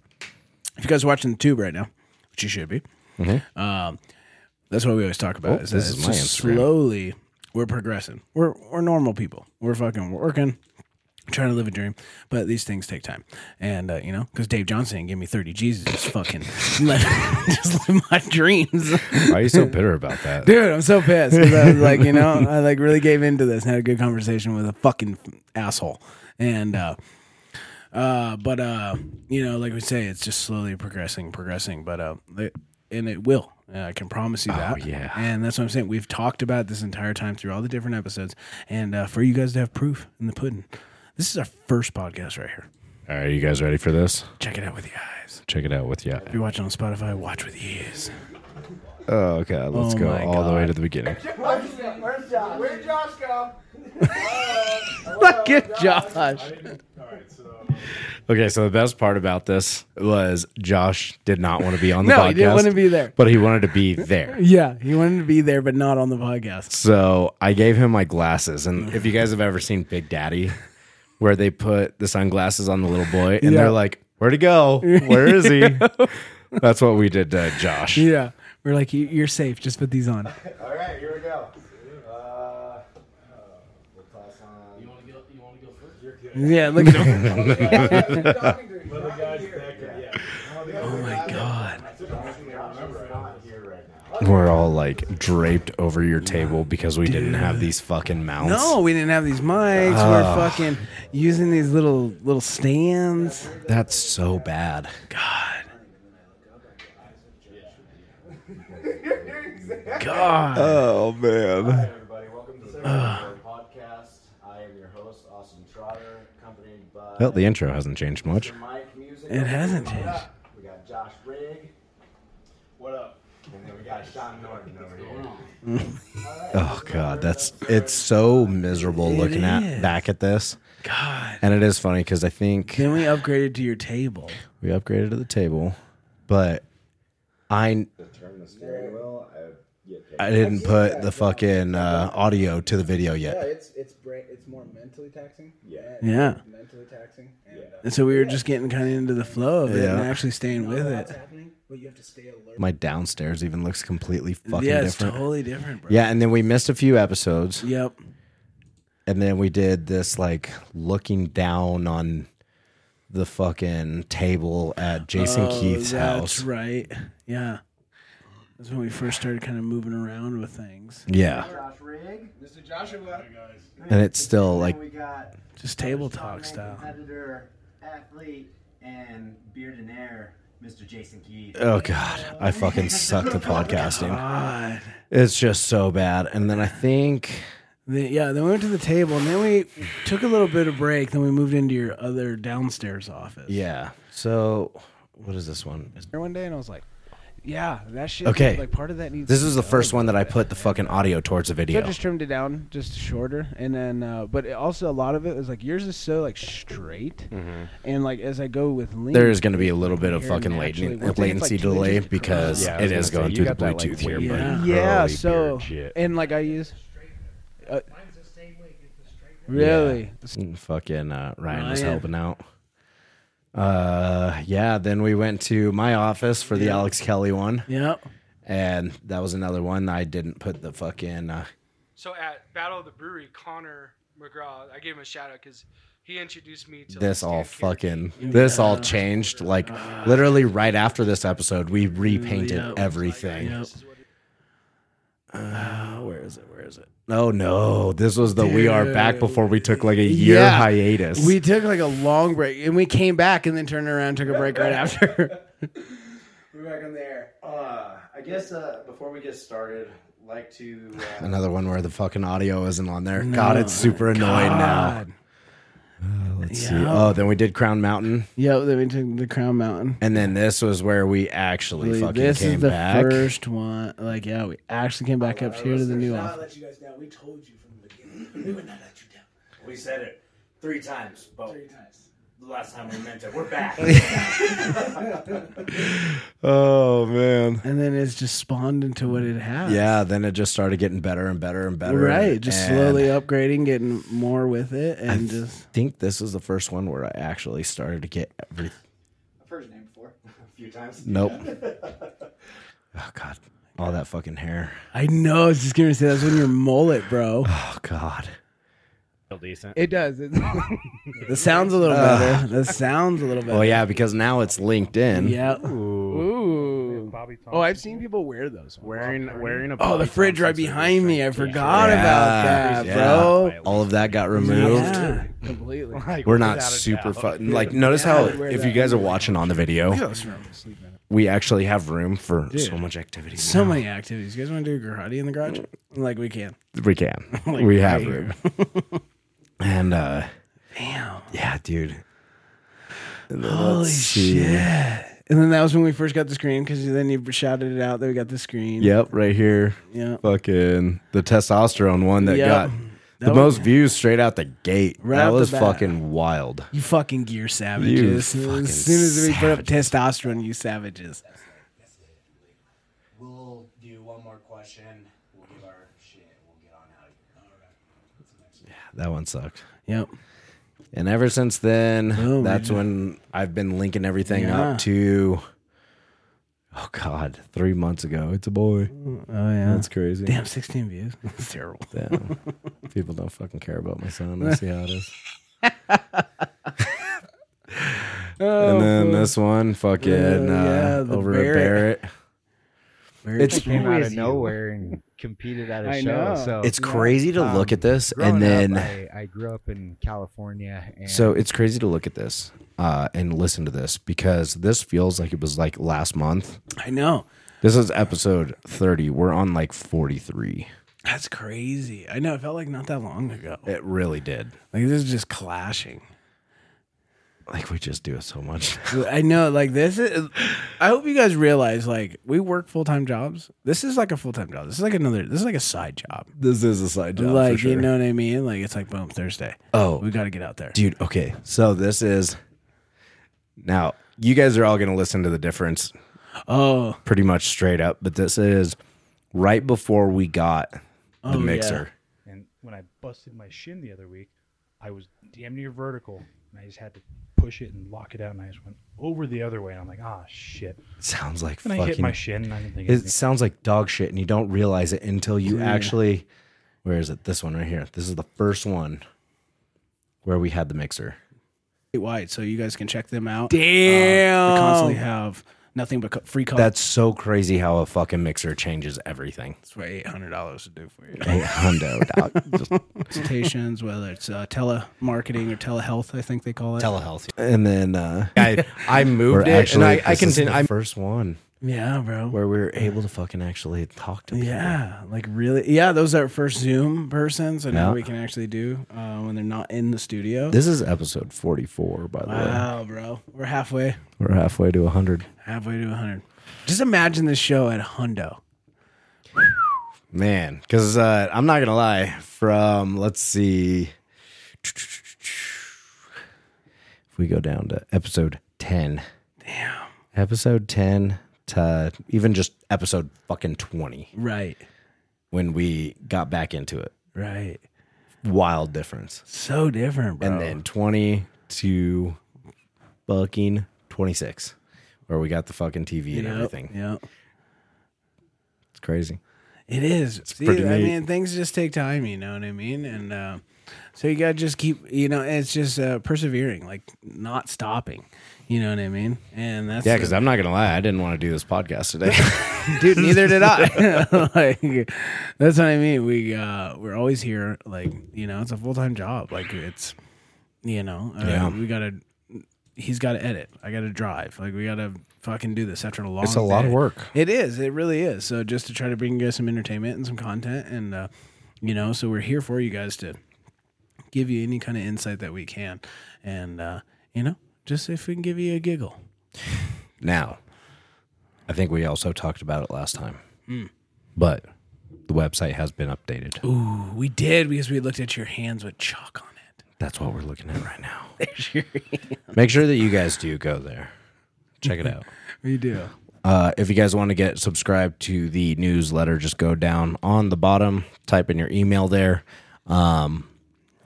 [SPEAKER 2] If you guys are watching the tube right now, which you should be, um, that's what we always talk
[SPEAKER 1] Mm-hmm.
[SPEAKER 2] about.
[SPEAKER 1] Oh,
[SPEAKER 2] is
[SPEAKER 1] this
[SPEAKER 2] that
[SPEAKER 1] is
[SPEAKER 2] it's
[SPEAKER 1] my
[SPEAKER 2] just
[SPEAKER 1] Instagram.
[SPEAKER 2] slowly we're progressing. We're we're normal people. We're fucking working, trying to live a dream, but these things take time. And uh, you know, because Dave Johnson didn't give me thirty G's, to just fucking let just live my dreams.
[SPEAKER 1] Why are you so bitter about that?
[SPEAKER 2] Dude, I'm so pissed 'cause I was like, you know, I like really gave into this and had a good conversation with a fucking asshole. And uh uh but uh you know, like we say, it's just slowly progressing, progressing, but uh it, and it will. And I can promise you that.
[SPEAKER 1] yeah.
[SPEAKER 2] And that's what I'm saying. We've talked about it this entire time through all the different episodes and uh for you guys to have proof in the pudding. This is our first podcast right here.
[SPEAKER 1] All right, you guys ready for this?
[SPEAKER 2] Check it out with your eyes.
[SPEAKER 1] Check it out with you.
[SPEAKER 2] If you're watching on Spotify, watch with your ears.
[SPEAKER 1] Oh god, let's
[SPEAKER 2] Oh
[SPEAKER 1] go
[SPEAKER 2] my
[SPEAKER 1] all the way
[SPEAKER 2] God.
[SPEAKER 1] to the beginning.
[SPEAKER 2] Look at Josh.
[SPEAKER 1] Okay, so the best part about this was Josh did not want to be on the
[SPEAKER 2] No,
[SPEAKER 1] podcast.
[SPEAKER 2] he didn't want to be there.
[SPEAKER 1] But he wanted to be there.
[SPEAKER 2] Yeah, he wanted to be there, but not on the podcast.
[SPEAKER 1] So I gave him my glasses. And if you guys have ever seen Big Daddy, where they put the sunglasses on the little boy and
[SPEAKER 2] Yeah.
[SPEAKER 1] they're like, Where'd he go? Where is he? That's what we did to Josh.
[SPEAKER 2] Yeah. We're like, "You- you're safe. Just put these on.
[SPEAKER 5] All right, here we go. Uh, we'll toss on. You want to
[SPEAKER 2] Yeah, look at him.
[SPEAKER 5] get?
[SPEAKER 2] Oh my God.
[SPEAKER 5] Not here right now.
[SPEAKER 1] We're all like draped over your table because we didn't have these fucking mounts.
[SPEAKER 2] No, we didn't have these mics. We're fucking using these little little stands.
[SPEAKER 1] That's so bad.
[SPEAKER 2] God. God.
[SPEAKER 1] Oh man.
[SPEAKER 5] Hi, everybody. Welcome to the Sarah podcast. I am your host, Austin Trotter, accompanied by
[SPEAKER 1] Well, the intro hasn't changed much.
[SPEAKER 5] Mike Music.
[SPEAKER 2] It hasn't changed.
[SPEAKER 5] We got Josh Rigg. What up? And then we got Sean Norton over here.
[SPEAKER 1] Oh god, that's it's so miserable looking
[SPEAKER 2] is.
[SPEAKER 1] at back at this.
[SPEAKER 2] God.
[SPEAKER 1] And it is funny because I think
[SPEAKER 2] Then we upgraded to your table.
[SPEAKER 1] we upgraded to the table, but I
[SPEAKER 5] Turn the steering wheel. I get paid.
[SPEAKER 1] I didn't put the fucking uh, audio to the video
[SPEAKER 6] Yeah,
[SPEAKER 1] yet.
[SPEAKER 6] it's it's brain, it's more mentally taxing.
[SPEAKER 5] Yeah.
[SPEAKER 2] Yeah.
[SPEAKER 6] mentally taxing. And, uh,
[SPEAKER 2] And so we were just getting kind of into the flow of it
[SPEAKER 1] Yeah.
[SPEAKER 2] and actually staying with
[SPEAKER 6] that's
[SPEAKER 2] it.
[SPEAKER 6] happening, but you have to stay alert.
[SPEAKER 1] My downstairs even looks completely fucking
[SPEAKER 2] Yeah, it's
[SPEAKER 1] different.
[SPEAKER 2] totally different, bro.
[SPEAKER 1] yeah, and then we missed a few episodes,
[SPEAKER 2] Yep.
[SPEAKER 1] and then we did this like looking down on the fucking table at Jason
[SPEAKER 2] Oh,
[SPEAKER 1] Keith's
[SPEAKER 2] that's
[SPEAKER 1] house.
[SPEAKER 2] right. Yeah. That's when we first started kind of moving around with things.
[SPEAKER 1] Yeah,
[SPEAKER 5] Josh Rigg.
[SPEAKER 6] Mr. Joshua,
[SPEAKER 1] and it's still like
[SPEAKER 5] we got
[SPEAKER 2] Just table talk style.
[SPEAKER 5] competitor, athlete, and beard and air, Mr. Jason Keith.
[SPEAKER 1] Oh god, I fucking sucked at podcasting.
[SPEAKER 2] God.
[SPEAKER 1] It's just so bad. And then I think
[SPEAKER 2] The- yeah, then we went to the table and then we took a little bit of break. Then we moved into your other downstairs office.
[SPEAKER 1] yeah. So what is this one? Is-
[SPEAKER 2] There one day and I was like, yeah, that shit.
[SPEAKER 1] Okay.
[SPEAKER 2] Like part of that needs.
[SPEAKER 1] This
[SPEAKER 2] to
[SPEAKER 1] is the
[SPEAKER 2] go.
[SPEAKER 1] first one that I put the fucking audio towards the
[SPEAKER 2] So I
[SPEAKER 1] video.
[SPEAKER 2] just trimmed it down just shorter, and then uh, but it also a lot of it was like yours is so like straight,
[SPEAKER 1] Mm-hmm.
[SPEAKER 2] and like as I go with lean,
[SPEAKER 1] There is going to be a little
[SPEAKER 2] like,
[SPEAKER 1] bit of
[SPEAKER 2] here
[SPEAKER 1] fucking
[SPEAKER 2] naturally
[SPEAKER 1] laten-
[SPEAKER 2] working. It's like
[SPEAKER 1] latency
[SPEAKER 2] two inches
[SPEAKER 1] delay
[SPEAKER 2] across.
[SPEAKER 1] because
[SPEAKER 7] Yeah, I
[SPEAKER 1] it
[SPEAKER 7] was gonna
[SPEAKER 1] is
[SPEAKER 7] say,
[SPEAKER 1] going
[SPEAKER 7] you
[SPEAKER 1] through the
[SPEAKER 7] got that,
[SPEAKER 1] Bluetooth
[SPEAKER 7] like,
[SPEAKER 1] here,
[SPEAKER 7] wavy-
[SPEAKER 1] but
[SPEAKER 2] yeah,
[SPEAKER 7] curly
[SPEAKER 2] yeah.
[SPEAKER 7] beard
[SPEAKER 2] So
[SPEAKER 7] shit.
[SPEAKER 2] and like I use uh, really
[SPEAKER 1] Mm, fucking uh, Ryan, was
[SPEAKER 2] Ryan.
[SPEAKER 1] helping out. Uh, yeah. Then we went to my office for the Alex Kelly one,
[SPEAKER 2] yep.
[SPEAKER 1] and that was another one I didn't put the fucking. Uh,
[SPEAKER 8] So at Battle of the Brewery, Connor McGraw, I gave him a shout out because he introduced me to
[SPEAKER 1] this
[SPEAKER 8] like,
[SPEAKER 1] all
[SPEAKER 8] Stan Kierkegaard.
[SPEAKER 1] fucking this all changed like literally right after this episode we
[SPEAKER 2] Mm,
[SPEAKER 1] repainted
[SPEAKER 2] Yep.
[SPEAKER 1] everything
[SPEAKER 2] Yep.
[SPEAKER 8] This is what it-
[SPEAKER 1] oh, where is it where is it oh no this was the we are back
[SPEAKER 2] Dude.
[SPEAKER 1] before we took like a year
[SPEAKER 2] Yeah.
[SPEAKER 1] hiatus
[SPEAKER 2] We took like a long break and we came back and then turned around and took a break right after.
[SPEAKER 5] We're back on there. Uh, I guess uh, before we get started, I'd like to uh,
[SPEAKER 1] another one where the fucking audio isn't on there god it's super annoying
[SPEAKER 2] God.
[SPEAKER 1] now Uh, let's see
[SPEAKER 2] Yeah.
[SPEAKER 1] oh then we did crown mountain
[SPEAKER 2] Yep, then we took the Crown Mountain.
[SPEAKER 1] and then this was where we actually fucking
[SPEAKER 2] this
[SPEAKER 1] came
[SPEAKER 2] is the
[SPEAKER 1] back
[SPEAKER 2] first one. Like, yeah, we actually came back up here to the new
[SPEAKER 6] I'll
[SPEAKER 2] office.
[SPEAKER 6] let you guys down. We told you from the beginning. We would not let you down.
[SPEAKER 5] We said it three times, but
[SPEAKER 6] Three times.
[SPEAKER 5] the last time we meant it. We're back.
[SPEAKER 1] oh man
[SPEAKER 2] And then it's just spawned into what it has.
[SPEAKER 1] yeah then it just started getting better and better and better
[SPEAKER 2] Right. Just
[SPEAKER 1] and-
[SPEAKER 2] slowly upgrading, getting more with it, and just.
[SPEAKER 1] think this is the first one where I actually started to get every.
[SPEAKER 6] I've heard your name before.
[SPEAKER 5] a few times.
[SPEAKER 1] Nope. oh God, all that fucking hair.
[SPEAKER 2] I know. I was just going to say that's when your mullet, bro.
[SPEAKER 1] Oh God.
[SPEAKER 7] Still decent.
[SPEAKER 2] It does. It's the sound's a little better. The Uh, sound's a little better.
[SPEAKER 1] Well, Oh, yeah, because now it's LinkedIn.
[SPEAKER 2] Yeah. Ooh.
[SPEAKER 7] Bobby Thompson.
[SPEAKER 2] Oh, I've seen people wear those.
[SPEAKER 7] wearing wearing a.
[SPEAKER 2] Oh, the
[SPEAKER 7] Bobby
[SPEAKER 2] fridge right
[SPEAKER 7] Thompson shirt.
[SPEAKER 2] behind me. I forgot
[SPEAKER 1] Yeah.
[SPEAKER 2] about that,
[SPEAKER 1] Yeah.
[SPEAKER 2] bro.
[SPEAKER 1] All of that got removed.
[SPEAKER 2] Yeah, completely.
[SPEAKER 7] Like,
[SPEAKER 1] We're not
[SPEAKER 7] without a
[SPEAKER 1] super
[SPEAKER 7] doubt.
[SPEAKER 1] fun. Like, notice how
[SPEAKER 2] I would wear
[SPEAKER 1] if
[SPEAKER 2] that.
[SPEAKER 1] you guys are watching on the video, we actually have room for so much activity.
[SPEAKER 2] So many activities. You guys want to do karate in the garage? Like we can.
[SPEAKER 1] we can. we have
[SPEAKER 2] right
[SPEAKER 1] room. and uh,
[SPEAKER 2] Damn.
[SPEAKER 1] yeah, dude. And then
[SPEAKER 2] Holy
[SPEAKER 1] let's see.
[SPEAKER 2] shit. And then that was when we first got the screen because then you shouted it out that we got the screen.
[SPEAKER 1] Yep, right here.
[SPEAKER 2] Yeah.
[SPEAKER 1] fucking the testosterone one that
[SPEAKER 2] Yep.
[SPEAKER 1] got
[SPEAKER 2] That
[SPEAKER 1] the
[SPEAKER 2] was-
[SPEAKER 1] most views straight out the gate.
[SPEAKER 2] Right
[SPEAKER 1] that
[SPEAKER 2] off the
[SPEAKER 1] was
[SPEAKER 2] bat.
[SPEAKER 1] fucking wild.
[SPEAKER 2] You fucking gear savages.
[SPEAKER 1] You fucking
[SPEAKER 2] as soon as we put up testosterone, you savages.
[SPEAKER 5] We'll do one more question. We'll give our shit. We'll get on out of here.
[SPEAKER 1] That one sucked.
[SPEAKER 2] Yep.
[SPEAKER 1] And ever since then,
[SPEAKER 2] Oh,
[SPEAKER 1] that's when I've been linking everything
[SPEAKER 2] Yeah.
[SPEAKER 1] up to. Oh God! Three months ago, it's a boy.
[SPEAKER 2] Oh, yeah.
[SPEAKER 1] That's crazy.
[SPEAKER 2] Damn, 16 views. That's terrible.
[SPEAKER 1] Damn. People don't fucking care about my son. I see how it is. and then this one, fucking
[SPEAKER 2] Oh, yeah,
[SPEAKER 1] uh,
[SPEAKER 2] the
[SPEAKER 1] over
[SPEAKER 2] Barrett.
[SPEAKER 1] at Barrett.
[SPEAKER 2] heard
[SPEAKER 9] It's
[SPEAKER 2] you.
[SPEAKER 9] came out
[SPEAKER 2] Who
[SPEAKER 9] of
[SPEAKER 2] is you?
[SPEAKER 9] nowhere and competed at a
[SPEAKER 2] I
[SPEAKER 9] show.
[SPEAKER 2] know.
[SPEAKER 9] So
[SPEAKER 1] It's crazy to
[SPEAKER 9] Um,
[SPEAKER 1] look at this
[SPEAKER 9] growing
[SPEAKER 1] and then
[SPEAKER 9] up, I, I grew up in California. And
[SPEAKER 1] So it's crazy to look at this uh, and listen to this because this feels like it was like last month.
[SPEAKER 2] I know.
[SPEAKER 1] This is episode 30. We're on like 43.
[SPEAKER 2] That's crazy. I know. It felt like not that long ago.
[SPEAKER 1] It really did.
[SPEAKER 2] Like this is just clashing.
[SPEAKER 1] Like we just do it so much.
[SPEAKER 2] I know. Like this is. I hope you guys realize. Like we work full time jobs. This is like a full time job. This is like another. This is like a side job.
[SPEAKER 1] this is a side job.
[SPEAKER 2] like you know what I mean. Like it's like boom Thursday.
[SPEAKER 1] Oh,
[SPEAKER 2] We got to get out there.
[SPEAKER 1] dude. Okay. So this is now you guys are all going to listen to the difference
[SPEAKER 2] Oh,
[SPEAKER 1] pretty much straight up, but this is right before we got the
[SPEAKER 2] Oh,
[SPEAKER 1] mixer.
[SPEAKER 10] And when I busted my shin the other week, I was damn near vertical, and I just had to push it and lock it out, and I just went over the other way, and I'm like, ah, shit.
[SPEAKER 1] Sounds like
[SPEAKER 10] And
[SPEAKER 1] fucking
[SPEAKER 10] I hit my shin, and I didn't think
[SPEAKER 1] It
[SPEAKER 10] anything.
[SPEAKER 1] sounds like dog shit, and you don't realize it until you actually. Where is it? This one right here. This is the first one where we had the mixer.
[SPEAKER 2] wide, so you guys can check them out.
[SPEAKER 1] Damn.
[SPEAKER 2] Um, we constantly have nothing but co- free calls.
[SPEAKER 1] That's so crazy how a fucking mixer changes everything. Oh,
[SPEAKER 2] That's what eight hundred dollars to do for you.
[SPEAKER 1] Hey, hundo, dog. Just
[SPEAKER 2] Consultations, whether it's uh, telemarketing or telehealth, I think they call it.
[SPEAKER 1] telehealth. And then uh, I,
[SPEAKER 9] I
[SPEAKER 1] we're
[SPEAKER 9] moved
[SPEAKER 1] actually.
[SPEAKER 9] and I, I
[SPEAKER 1] this is
[SPEAKER 9] continue.
[SPEAKER 1] the
[SPEAKER 9] I'm
[SPEAKER 1] first one
[SPEAKER 2] yeah, bro.
[SPEAKER 1] where we were able to fucking actually talk to people.
[SPEAKER 2] Yeah, like really. Yeah, those are first Zoom persons, and now
[SPEAKER 1] Yeah.
[SPEAKER 2] we can actually do uh, when they're not in the studio.
[SPEAKER 1] This is episode 44, by the way.
[SPEAKER 2] wow, bro, we're halfway,
[SPEAKER 1] We're halfway to 100.
[SPEAKER 2] halfway to 100. Just imagine this show at Hundo.
[SPEAKER 1] Man, because uh, I'm not gonna lie. From let's see, if we go down to episode ten, damn, episode ten to even just episode fucking twenty
[SPEAKER 2] Right,
[SPEAKER 1] when we got back into it,
[SPEAKER 2] right.
[SPEAKER 1] wild difference.
[SPEAKER 2] So different, bro.
[SPEAKER 1] And then twenty to fucking twenty six, where we got the fucking TV and everything.
[SPEAKER 2] Yeah,
[SPEAKER 1] It's crazy.
[SPEAKER 2] it is. See,
[SPEAKER 1] pretty
[SPEAKER 2] I
[SPEAKER 1] neat.
[SPEAKER 2] mean, things just take time. You know what I mean? And uh, so you gotta just keep. You know, it's just uh, persevering, like not stopping. You know what I mean? And that's
[SPEAKER 1] Yeah, because I'm not gonna lie, I didn't want to do this podcast today.
[SPEAKER 2] dude neither did i like that's what i mean we uh we're always here like you know it's a full-time job like it's you know uh,
[SPEAKER 1] Yeah.
[SPEAKER 2] we gotta he's gotta edit i gotta drive like we gotta fucking do this after a long
[SPEAKER 1] it's a lot of
[SPEAKER 2] day.
[SPEAKER 1] work.
[SPEAKER 2] it is it really is so just to try to bring you guys some entertainment and some content and uh you know so we're here for you guys to give you any kind of insight that we can and uh you know just if we can give you a giggle
[SPEAKER 1] Now, I think we also talked about it last time, but the website has been updated.
[SPEAKER 2] ooh we did because we looked at your hands with chalk on it
[SPEAKER 1] That's what we're looking at right now. Make sure that you guys do go there. Check it out.
[SPEAKER 2] We do.
[SPEAKER 1] Uh, if you guys want to get subscribed to the newsletter, just go down on the bottom, type in your email there. Um,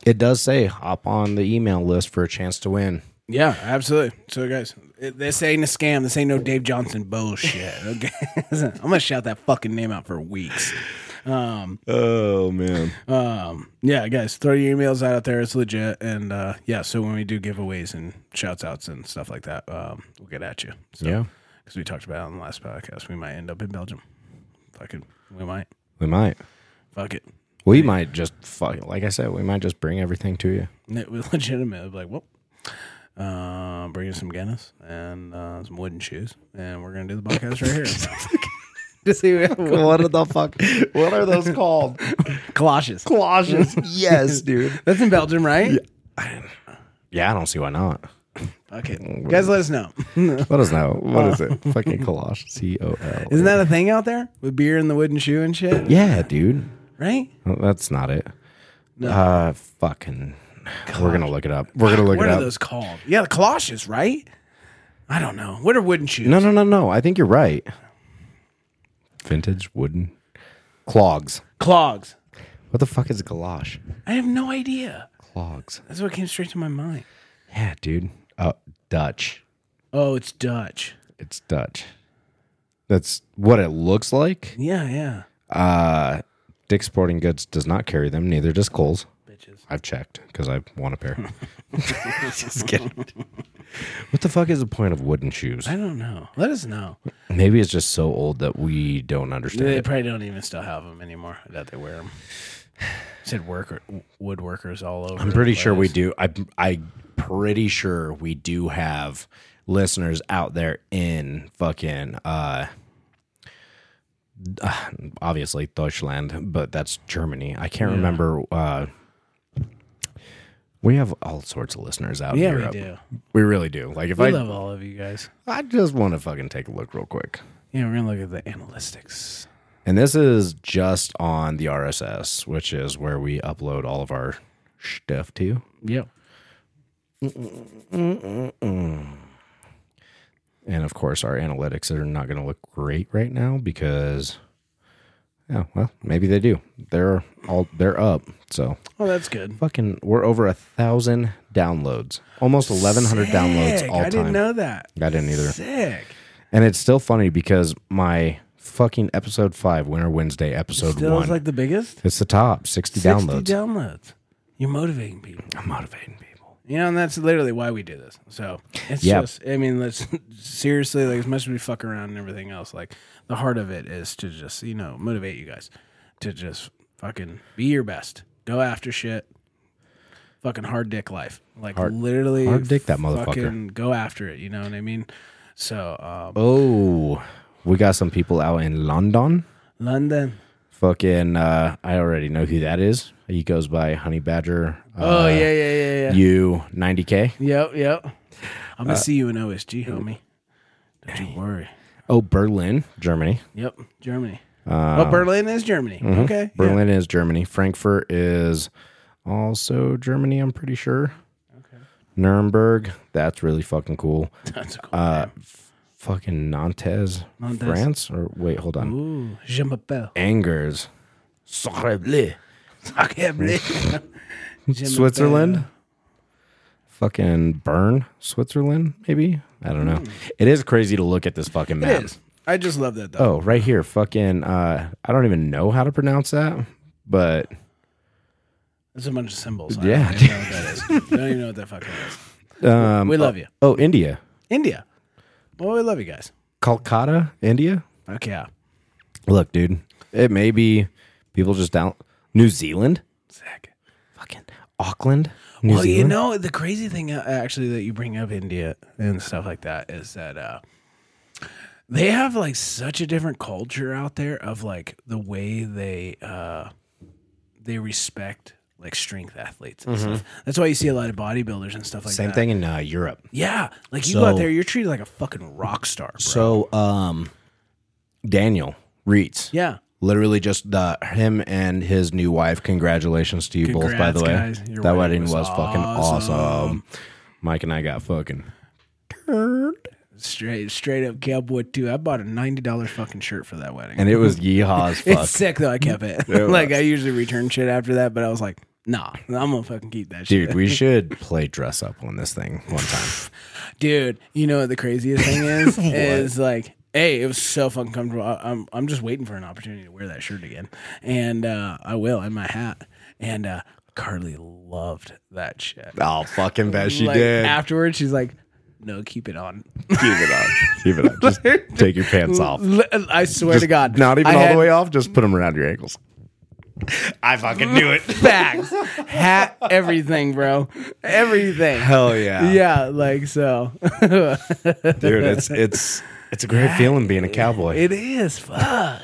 [SPEAKER 1] it does say hop on the email list for a chance to win.
[SPEAKER 2] Yeah, absolutely. So, guys, it- this ain't a scam. This ain't no Dave Johnson bullshit. Okay, I'm gonna shout that fucking name out for weeks.
[SPEAKER 1] Oh man,
[SPEAKER 2] Um, yeah, guys, throw your emails out there. It's legit, and uh, yeah. So when we do giveaways and shouts outs and stuff like that, um, we'll get at you. So,
[SPEAKER 1] Yeah.
[SPEAKER 2] because we talked about it on the last podcast, we might end up in Belgium. Fucking, we might.
[SPEAKER 1] we might,
[SPEAKER 2] Fuck it.
[SPEAKER 1] we might just fuck. Like I said, we might just bring everything to you.
[SPEAKER 2] And It was legitimate. It was like, well, uh, bring us some Guinness and uh, some wooden shoes, and we're gonna do the podcast right here.
[SPEAKER 1] what the fuck? What are those called?
[SPEAKER 2] Colossus.
[SPEAKER 1] Collages. Yes, dude.
[SPEAKER 2] That's in Belgium, right?
[SPEAKER 1] Yeah, I don't see why not.
[SPEAKER 2] Okay. Guys, let us know.
[SPEAKER 1] Let us know. What is it? Fucking collage. C O L.
[SPEAKER 2] Isn't that a thing out there with beer and the wooden shoe and shit?
[SPEAKER 1] Yeah, dude.
[SPEAKER 2] Right?
[SPEAKER 1] Well, That's not it. Uh, fucking. We're gonna look it up. We're gonna look
[SPEAKER 2] what
[SPEAKER 1] it
[SPEAKER 2] are
[SPEAKER 1] up.
[SPEAKER 2] those called? Yeah, the Colossus, right? I don't know. What are wooden shoes?
[SPEAKER 1] No, no, no, no. I think you're right. Vintage wooden clogs.
[SPEAKER 2] Clogs.
[SPEAKER 1] What the fuck is a collage?
[SPEAKER 2] I have no idea.
[SPEAKER 1] Clogs.
[SPEAKER 2] That's what came straight to my mind.
[SPEAKER 1] Yeah, dude. Uh, Dutch.
[SPEAKER 2] Oh, it's Dutch.
[SPEAKER 1] It's Dutch. That's what it looks like.
[SPEAKER 2] Yeah, yeah.
[SPEAKER 1] Uh, Dick's Sporting Goods does not carry them. Neither does Kohl's.
[SPEAKER 2] Bitch bitches.
[SPEAKER 1] I've checked because I want a pair. Just kidding. What the fuck is the point of wooden shoes?
[SPEAKER 2] I don't know. Let us know.
[SPEAKER 1] Maybe it's just so old that we don't understand
[SPEAKER 2] They
[SPEAKER 1] it.
[SPEAKER 2] probably don't even still have them anymore. I doubt they wear them. Said worker, woodworkers all over.
[SPEAKER 1] I'm
[SPEAKER 2] the
[SPEAKER 1] pretty sure we
[SPEAKER 2] place.
[SPEAKER 1] do. I I pretty sure we do have listeners out there in fucking uh uh, obviously Deutschland, but that's Germany. I can't remember uh we have all sorts of listeners out
[SPEAKER 2] Yeah,
[SPEAKER 1] in
[SPEAKER 2] we
[SPEAKER 1] Europe.
[SPEAKER 2] do.
[SPEAKER 1] We really do. Like if
[SPEAKER 2] We
[SPEAKER 1] I
[SPEAKER 2] love all of you guys.
[SPEAKER 1] I just want to fucking take a look real quick.
[SPEAKER 2] Yeah, we're gonna look at the analytics.
[SPEAKER 1] And this is just on the RSS, which is where we upload all of our stuff to.
[SPEAKER 2] Yep.
[SPEAKER 1] And of course, our analytics are not going to look great right now because, yeah, well, maybe they do. They're all they're up. So
[SPEAKER 2] Oh, that's good.
[SPEAKER 1] fucking, we're over a thousand downloads, almost eleven hundred downloads
[SPEAKER 2] Sick.
[SPEAKER 1] all
[SPEAKER 2] I
[SPEAKER 1] time.
[SPEAKER 2] didn't know that.
[SPEAKER 1] I didn't either.
[SPEAKER 2] Sick.
[SPEAKER 1] And it's still funny because my fucking episode five, Winter Wednesday, episode
[SPEAKER 2] Still
[SPEAKER 1] one,
[SPEAKER 2] is like the biggest.
[SPEAKER 1] it's the top sixty,
[SPEAKER 2] 60
[SPEAKER 1] downloads.
[SPEAKER 2] downloads. You're motivating people.
[SPEAKER 1] I'm motivating people.
[SPEAKER 2] You know, and that's literally why we do this. So it's
[SPEAKER 1] Yeah.
[SPEAKER 2] just, I mean, let's seriously, like, as much as we fuck around and everything else, like, the heart of it is to just, you know, motivate you guys to just fucking be your best, go after shit, fucking hard dick life. Like,
[SPEAKER 1] Hard-
[SPEAKER 2] literally,
[SPEAKER 1] hard dick that motherfucker.
[SPEAKER 2] fucking Go after it. You know what I mean? So, um,
[SPEAKER 1] Oh, we got some people out in London.
[SPEAKER 2] London.
[SPEAKER 1] Fucking, uh, I already know who that is. He goes by Honey Badger.
[SPEAKER 2] Oh,
[SPEAKER 1] uh,
[SPEAKER 2] yeah, yeah, yeah, yeah.
[SPEAKER 1] You Uh, 90K.
[SPEAKER 2] Yep, yep. I'm going to see you in OSG, homie. Don't you worry.
[SPEAKER 1] Oh, Berlin, Germany. Uh,
[SPEAKER 2] Yep, Germany. oh, Berlin is Germany. Okay. yeah.
[SPEAKER 1] um, Mm-hmm. Berlin is Germany. Frankfurt is also Germany, I'm pretty sure. Okay. Nuremberg. That's really fucking cool.
[SPEAKER 2] That's cool.
[SPEAKER 1] Uh, f- fucking Nantes,
[SPEAKER 2] Nantes.
[SPEAKER 1] France. Or wait, hold on.
[SPEAKER 2] Ooh, je m'appelle.
[SPEAKER 1] Angers. Sacre bleu.
[SPEAKER 2] Okay, bleu. Je
[SPEAKER 1] Switzerland.
[SPEAKER 2] m'appelle.
[SPEAKER 1] Fucking Bern, Switzerland, maybe? I don't know. It is crazy to look at this fucking
[SPEAKER 2] Hmm. It
[SPEAKER 1] map.
[SPEAKER 2] is. I just love that though.
[SPEAKER 1] Oh, right here. Fucking uh I don't even know how to pronounce that, but
[SPEAKER 2] It's a bunch of symbols. I
[SPEAKER 1] Yeah.
[SPEAKER 2] Don't even know what that is. I don't even know what that fucking is.
[SPEAKER 1] um
[SPEAKER 2] We love you.
[SPEAKER 1] Oh, India.
[SPEAKER 2] India. Well, we love you guys.
[SPEAKER 1] Kolkata, India.
[SPEAKER 2] Fuck yeah.
[SPEAKER 1] Look, dude, it may be people just down New Zealand,
[SPEAKER 2] Sick.
[SPEAKER 1] fucking Auckland, New
[SPEAKER 2] well,
[SPEAKER 1] Zealand.
[SPEAKER 2] you know, the crazy thing uh, actually that you bring up India and stuff like that is that uh, they have like such a different culture out there of like the way they uh, they respect like strength athletes and stuff. That's why you see a lot of bodybuilders and stuff like
[SPEAKER 1] Mm-hmm. Same
[SPEAKER 2] that.
[SPEAKER 1] thing in uh, Europe.
[SPEAKER 2] Yeah, like you go out
[SPEAKER 1] So-
[SPEAKER 2] there, you're treated like a fucking rock star. Bro.
[SPEAKER 1] So, um, Daniel Reitz,
[SPEAKER 2] yeah,
[SPEAKER 1] literally just the him and his new wife. Congratulations to you both, by the way.
[SPEAKER 2] Congrats, guys. Your
[SPEAKER 1] that wedding
[SPEAKER 2] wedding was
[SPEAKER 1] was, fucking
[SPEAKER 2] awesome.
[SPEAKER 1] awesome. Mike and I got fucking.
[SPEAKER 2] straight straight up cowboy too. I bought a ninety dollar fucking shirt for that wedding.
[SPEAKER 1] And it was yeehaws fuck.
[SPEAKER 2] it's sick though. I kept it.
[SPEAKER 1] It
[SPEAKER 2] like
[SPEAKER 1] was.
[SPEAKER 2] I usually return shit after that, but I was like, nah, I'm gonna fucking keep that shit.
[SPEAKER 1] Dude, we should play dress up on this thing one time.
[SPEAKER 2] Dude, you know what the craziest thing is? is like, hey, it was so fucking comfortable. I, I'm I'm just waiting for an opportunity to wear that shirt again, and uh, I will, and my hat, and uh, Carly loved that shit.
[SPEAKER 1] oh, fucking bet she
[SPEAKER 2] like,
[SPEAKER 1] did.
[SPEAKER 2] Afterwards, she's like, no, keep it on.
[SPEAKER 1] Keep it on. Keep it on. Just take your pants off.
[SPEAKER 2] L- I swear to
[SPEAKER 1] Just
[SPEAKER 2] God,
[SPEAKER 1] Not even
[SPEAKER 2] I
[SPEAKER 1] all
[SPEAKER 2] had
[SPEAKER 1] the way off. Just put them around your ankles. I fucking knew it.
[SPEAKER 2] Facts, hat, everything, bro, everything.
[SPEAKER 1] Hell yeah.
[SPEAKER 2] yeah, like so.
[SPEAKER 1] Dude, it's it's it's a great feeling being a cowboy.
[SPEAKER 2] it is fuck.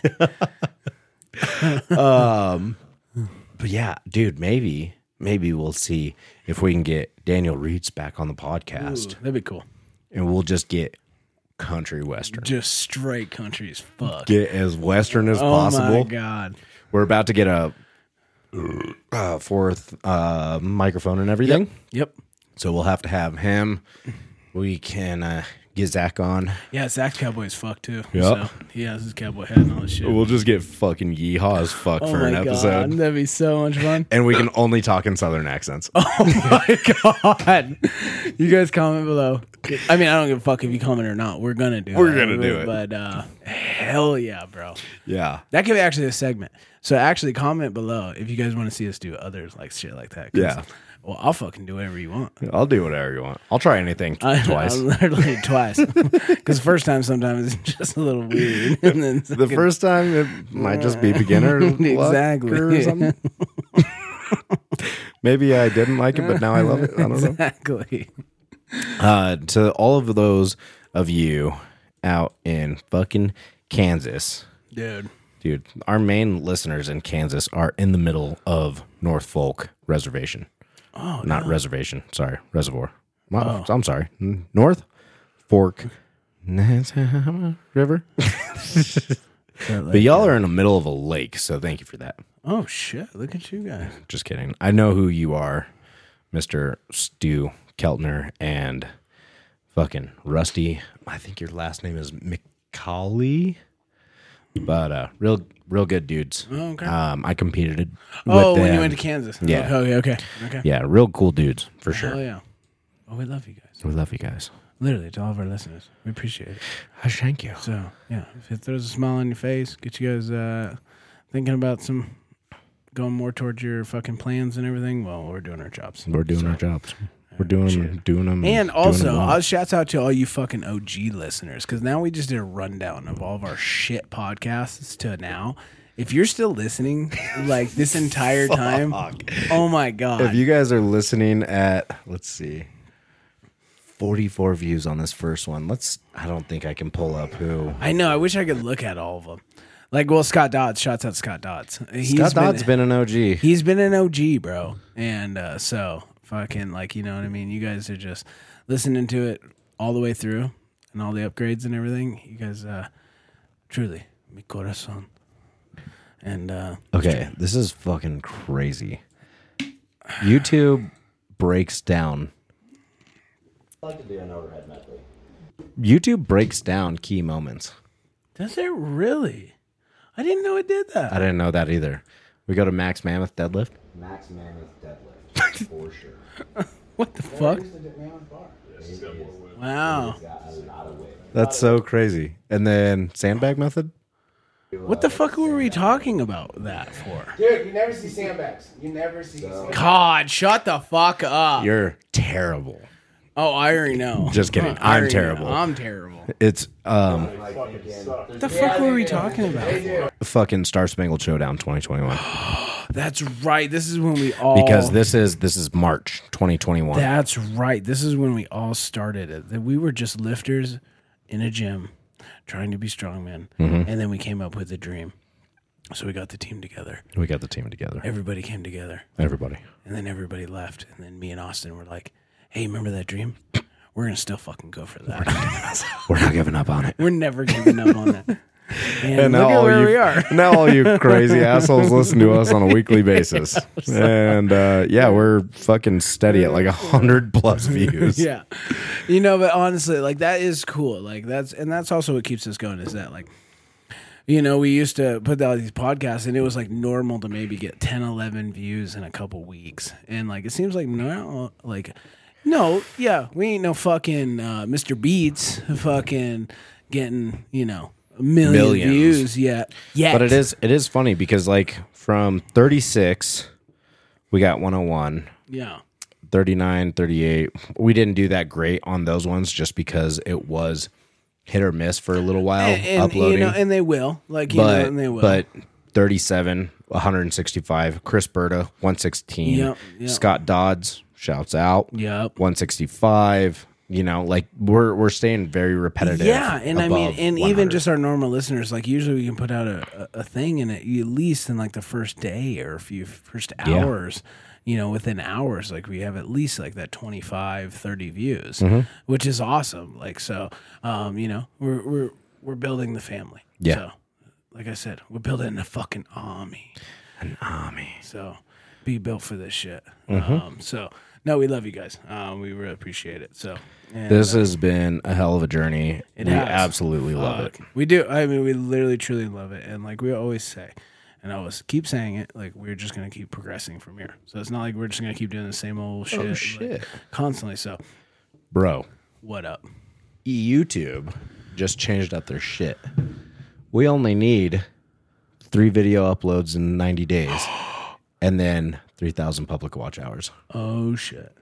[SPEAKER 1] Um, But yeah, dude, maybe maybe we'll see if we can get Daniel Reeds back on the podcast
[SPEAKER 2] That'd be cool.
[SPEAKER 1] and we'll just get country western.
[SPEAKER 2] Just straight country as fuck.
[SPEAKER 1] Get as western as
[SPEAKER 2] oh my
[SPEAKER 1] possible.
[SPEAKER 2] god.
[SPEAKER 1] We're about to get a uh, fourth uh, microphone and everything.
[SPEAKER 2] Yep.
[SPEAKER 1] So we'll have to have him. We can uh, get Zach on.
[SPEAKER 2] Yeah, Zach's cowboy as fuck too.
[SPEAKER 1] Yep.
[SPEAKER 2] So he has his cowboy hat and all this shit.
[SPEAKER 1] We'll just get fucking yeehaw as fuck
[SPEAKER 2] oh
[SPEAKER 1] for
[SPEAKER 2] my
[SPEAKER 1] an episode.
[SPEAKER 2] god, that'd be so much fun.
[SPEAKER 1] And we can only talk in southern accents.
[SPEAKER 2] Oh my god. You guys comment below. I mean, I don't give a fuck if you comment or not. We're gonna do
[SPEAKER 1] We're
[SPEAKER 2] that.
[SPEAKER 1] gonna do it.
[SPEAKER 2] But uh Hell yeah, bro.
[SPEAKER 1] Yeah.
[SPEAKER 2] That could be actually a segment. So actually, comment below if you guys want to see us do others like shit like that. 'cause-
[SPEAKER 1] Yeah.
[SPEAKER 2] Well, I'll fucking do whatever you want.
[SPEAKER 1] I'll do whatever you want. I'll try anything
[SPEAKER 2] I-
[SPEAKER 1] twice.
[SPEAKER 2] I literally twice. Because first time sometimes it's just a little weird, and then
[SPEAKER 1] the first time it might just be beginner luck
[SPEAKER 2] Exactly.
[SPEAKER 1] or something. Maybe I didn't like it, but now I love it. I don't know.
[SPEAKER 2] exactly.
[SPEAKER 1] Uh, to all of those of you out in fucking Kansas,
[SPEAKER 2] Dude.
[SPEAKER 1] dude, our main listeners in Kansas are in the middle of North Folk Reservation.
[SPEAKER 2] Oh,
[SPEAKER 1] Not reservation, sorry, reservoir. Wow, I'm sorry, N- North Fork River. But y'all are in the middle of a lake, so thank you for that.
[SPEAKER 2] oh shit! Look at you guys.
[SPEAKER 1] Just kidding. I know who you are, Mr. Stu Keltner and fucking Rusty. I think your last name is McCauley. But uh real real good dudes.
[SPEAKER 2] Oh, okay.
[SPEAKER 1] Um I competed with
[SPEAKER 2] Oh, when
[SPEAKER 1] them.
[SPEAKER 2] you went to Kansas.
[SPEAKER 1] Yeah.
[SPEAKER 2] Okay. Okay. Okay.
[SPEAKER 1] Yeah, real cool dudes for
[SPEAKER 2] Hell
[SPEAKER 1] sure.
[SPEAKER 2] yeah. Oh, we love you guys.
[SPEAKER 1] We love you guys.
[SPEAKER 2] Literally to all of our listeners, we appreciate it.
[SPEAKER 1] Thank you.
[SPEAKER 2] So yeah, if it throws a smile on your face, get you guys uh, thinking about some going more towards your fucking plans and everything. Well, we're doing our jobs.
[SPEAKER 1] We're doing our jobs. We're doing them, doing them,
[SPEAKER 2] And
[SPEAKER 1] doing
[SPEAKER 2] also,
[SPEAKER 1] them well.
[SPEAKER 2] uh, shouts out to all you fucking OG listeners because now we just did a rundown of all of our shit podcasts to now. If you're still listening, like this entire time, oh my god,
[SPEAKER 1] if you guys are listening at let's see 44 views on this first one let's i don't think i can pull up who
[SPEAKER 2] I know. I wish I could look at all of them. Like, well, Scott Dodds. Shouts out Scott Dodds. He's
[SPEAKER 1] scott dodd's been, an og
[SPEAKER 2] he's been an OG, bro. And uh, so fucking like you know what I mean. You guys are just listening to it all the way through and all the upgrades and everything. You guys, uh, truly, mi corazón. And uh,
[SPEAKER 1] okay this is fucking crazy youtube breaks down youtube breaks down key moments
[SPEAKER 2] does it really? I didn't know it did that.
[SPEAKER 1] i didn't know that either we go to max mammoth deadlift
[SPEAKER 5] Max Mammoth deadlift for sure.
[SPEAKER 2] What the fuck? Wow.
[SPEAKER 1] that's so crazy and then sandbag method
[SPEAKER 2] What the fuck were we talking about that for?
[SPEAKER 6] Dude, you never see sandbags. You never see sandbags.
[SPEAKER 2] God, shut the fuck up.
[SPEAKER 1] you're terrible
[SPEAKER 2] Oh, I already know.
[SPEAKER 1] Just kidding.
[SPEAKER 2] I
[SPEAKER 1] I'm
[SPEAKER 2] already know.
[SPEAKER 1] terrible.
[SPEAKER 2] I'm terrible.
[SPEAKER 1] it's um
[SPEAKER 2] What the fuck were we talking about?
[SPEAKER 1] fucking Star Spangled Showdown 2021
[SPEAKER 2] That's right. This is when we all
[SPEAKER 1] because this is this is March 2021.
[SPEAKER 2] That's right. This is when we all started it. That we were just lifters in a gym trying to be strongmen.
[SPEAKER 1] Mm-hmm.
[SPEAKER 2] And then we came up with a dream. So we got the team together.
[SPEAKER 1] we got the team together.
[SPEAKER 2] Everybody came together.
[SPEAKER 1] Everybody.
[SPEAKER 2] And then everybody left. And then me and Austin were like, hey, remember that dream? We're going to still fucking go for that.
[SPEAKER 1] We're not giving up on it.
[SPEAKER 2] we're never giving up on that. And, look at
[SPEAKER 1] all
[SPEAKER 2] where
[SPEAKER 1] you,
[SPEAKER 2] we are.
[SPEAKER 1] now all you crazy assholes listen to us on a weekly basis. and uh, yeah, we're fucking steady at like 100 plus views.
[SPEAKER 2] yeah you know but honestly like that is cool like that's and that's also what keeps us going is that like you know we used to put out these podcasts and it was like normal to maybe get 10 11 views in a couple weeks and like it seems like now like no yeah we ain't no fucking uh, mr beats fucking getting you know a million
[SPEAKER 1] Millions.
[SPEAKER 2] views yet yet
[SPEAKER 1] But it is it is funny because like from 36 we got 101.
[SPEAKER 2] yeah
[SPEAKER 1] 39, 38. We didn't do that great on those ones just because it was hit or miss for a little while
[SPEAKER 2] and, and,
[SPEAKER 1] uploading.
[SPEAKER 2] you know and they will like you
[SPEAKER 1] but
[SPEAKER 2] know and they will
[SPEAKER 1] but 37 165 chris berta 116
[SPEAKER 2] Yep, yep.
[SPEAKER 1] scott dodds shouts out
[SPEAKER 2] yep
[SPEAKER 1] 165 you know like we're we're staying very repetitive
[SPEAKER 2] Yeah, and I mean,
[SPEAKER 1] above
[SPEAKER 2] and
[SPEAKER 1] 100.
[SPEAKER 2] even just our normal listeners, like usually we can put out a, a a thing in it at least in like the first day or a few first
[SPEAKER 1] Yeah.
[SPEAKER 2] hours. You know, within hours, like we have at least like that 25, 30 views,
[SPEAKER 1] Mm-hmm.
[SPEAKER 2] which is awesome. Like so, um, you know, we're we're we're building the family.
[SPEAKER 1] Yeah.
[SPEAKER 2] So, like I said, we're building a fucking army. An army. So, be built for this shit.
[SPEAKER 1] Mm-hmm.
[SPEAKER 2] Um, so. No, we love you guys. Um, we really appreciate it. So, and,
[SPEAKER 1] this has been a hell of a journey
[SPEAKER 2] It
[SPEAKER 1] we
[SPEAKER 2] has.
[SPEAKER 1] absolutely love it
[SPEAKER 2] Fuck. We do. I mean, we literally truly love it. And like we always say, and I always keep saying it, like we're just gonna keep progressing from here. So it's not like we're just gonna keep doing the same old shit, like,
[SPEAKER 1] shit.
[SPEAKER 2] constantly. So
[SPEAKER 1] bro
[SPEAKER 2] what up?
[SPEAKER 1] youtube just changed up their shit we only need three video uploads in 90 days and then 3,000 public watch hours.
[SPEAKER 2] Oh shit.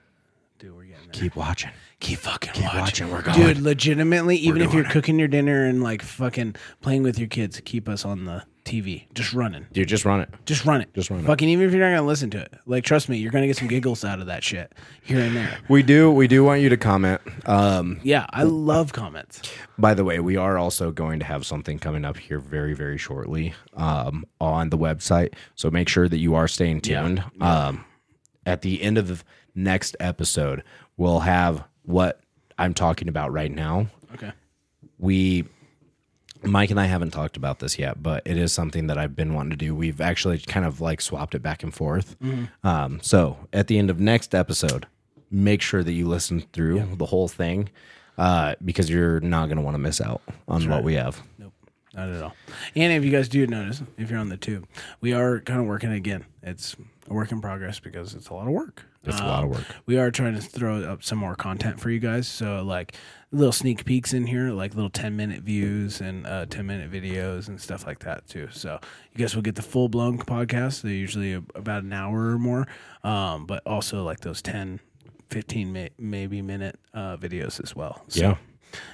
[SPEAKER 2] Dude, we're getting there.
[SPEAKER 1] Keep watching.
[SPEAKER 2] Keep fucking watching.
[SPEAKER 1] watching, we're
[SPEAKER 2] Dude,
[SPEAKER 1] going.
[SPEAKER 2] legitimately, even if
[SPEAKER 1] doing
[SPEAKER 2] you're cooking your dinner and like fucking playing with your kids, keep us on the TV. Just running.
[SPEAKER 1] Dude, just run it.
[SPEAKER 2] Just run it.
[SPEAKER 1] Just run it.
[SPEAKER 2] Fucking even if you're not gonna listen to it. Like trust me, you're gonna get some giggles out of that shit here and there.
[SPEAKER 1] We do we do want you to comment. Um
[SPEAKER 2] Yeah, I love comments.
[SPEAKER 1] By the way, we are also going to have something coming up here very, very shortly um, on the website. So make sure that you are staying tuned. Um, at the end of the next episode, we'll have what I'm talking about right now.
[SPEAKER 2] Okay.
[SPEAKER 1] We, Mike and I haven't talked about this yet, but it is something that I've been wanting to do. We've actually kind of like swapped it back and forth.
[SPEAKER 2] Mm-hmm.
[SPEAKER 1] Um, so at the end of next episode, make sure that you listen through the whole thing uh, because you're not going to want to miss out on what we have.
[SPEAKER 2] Nope, not at all. And if you guys do notice, if you're on the tube, we are kind of working again. It's a work in progress because it's a lot of work. Uh,
[SPEAKER 1] It's a lot of work.
[SPEAKER 2] We are trying to throw up some more content for you guys. So like little sneak peeks in here, like little 10 minute views and uh, 10 minute videos and stuff like that too. So you guys will get the full blown podcast. They're usually a- about an hour or more. Um, but also like those 10, 15 may- maybe minute uh, videos as well. So,
[SPEAKER 1] Yeah.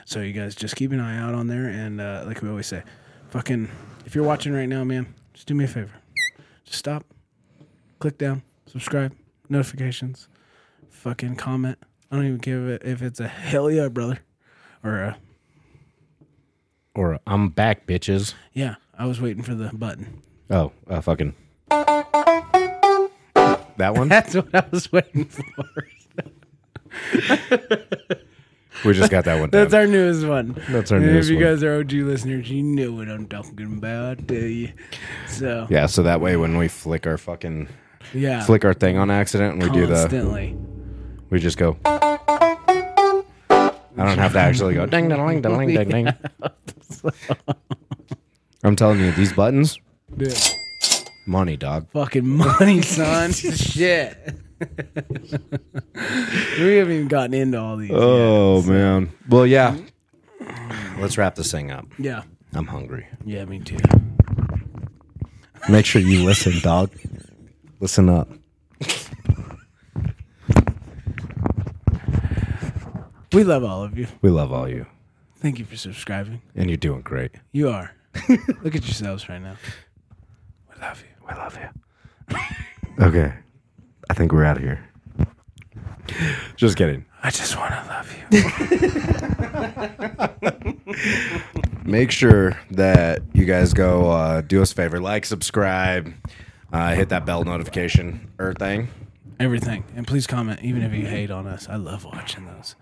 [SPEAKER 2] So you guys just keep an eye out on there. And uh, like we always say, fucking, if you're watching right now, man, just do me a favor. Just stop, click down, subscribe, notifications, fucking comment. I don't even give it if it's a hell yeah, brother, or uh, a
[SPEAKER 1] Or I'm back, bitches.
[SPEAKER 2] yeah. I was waiting for the button.
[SPEAKER 1] Oh, uh, fucking. That one?
[SPEAKER 2] That's what I was waiting for.
[SPEAKER 1] We just got that one.
[SPEAKER 2] That's
[SPEAKER 1] done.
[SPEAKER 2] our newest one.
[SPEAKER 1] That's our
[SPEAKER 2] And
[SPEAKER 1] newest
[SPEAKER 2] If you
[SPEAKER 1] one.
[SPEAKER 2] guys are OG listeners, you know what I'm talking about, do you? So
[SPEAKER 1] yeah, so that way when we flick our fucking
[SPEAKER 2] yeah,
[SPEAKER 1] flick our thing on accident and we do the
[SPEAKER 2] constantly.
[SPEAKER 1] we just go I don't have to actually go ding ding ding ding ding ding. I'm telling you, these buttons
[SPEAKER 2] Dude.
[SPEAKER 1] money, dog.
[SPEAKER 2] Fucking money, son. Shit. we haven't even gotten into all these.
[SPEAKER 1] Oh man. Well, yeah. Let's wrap this thing up.
[SPEAKER 2] Yeah.
[SPEAKER 1] I'm hungry.
[SPEAKER 2] Yeah, me too.
[SPEAKER 1] Make sure you listen, dog. Listen up.
[SPEAKER 2] We love all of you.
[SPEAKER 1] We love all you,
[SPEAKER 2] Thank you for subscribing.
[SPEAKER 1] and you're doing great.
[SPEAKER 2] You are. Look at yourselves right now. We love you.
[SPEAKER 1] We love you. okay. I think we're out of here. Just kidding.
[SPEAKER 2] I just want to love you.
[SPEAKER 1] Make sure that you guys go uh, do us a favor like, subscribe, uh, hit that bell notification or thing.
[SPEAKER 2] Everything. And please comment, even if you hate on us. I love watching those.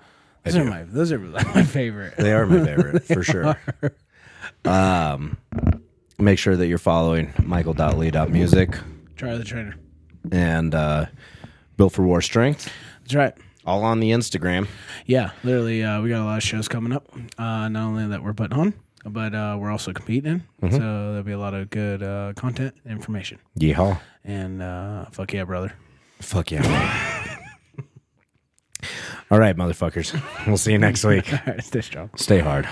[SPEAKER 2] Those are my those are my favorite.
[SPEAKER 1] They are my favorite for sure. Um, make sure that you're following michael.lee.music
[SPEAKER 2] Try the trainer.
[SPEAKER 1] and uh, Built for War Strength,
[SPEAKER 2] That's right.
[SPEAKER 1] all on the Instagram.
[SPEAKER 2] Yeah, literally, uh, we got a lot of shows coming up. Uh, not only that we're putting on, but uh, we're also competing in. So there'll be a lot of good uh, content, information,
[SPEAKER 1] Yeehaw.
[SPEAKER 2] and uh, fuck yeah, brother.
[SPEAKER 1] Fuck yeah. all right, motherfuckers. We'll see you next week.
[SPEAKER 2] All right, stay strong.
[SPEAKER 1] Stay hard.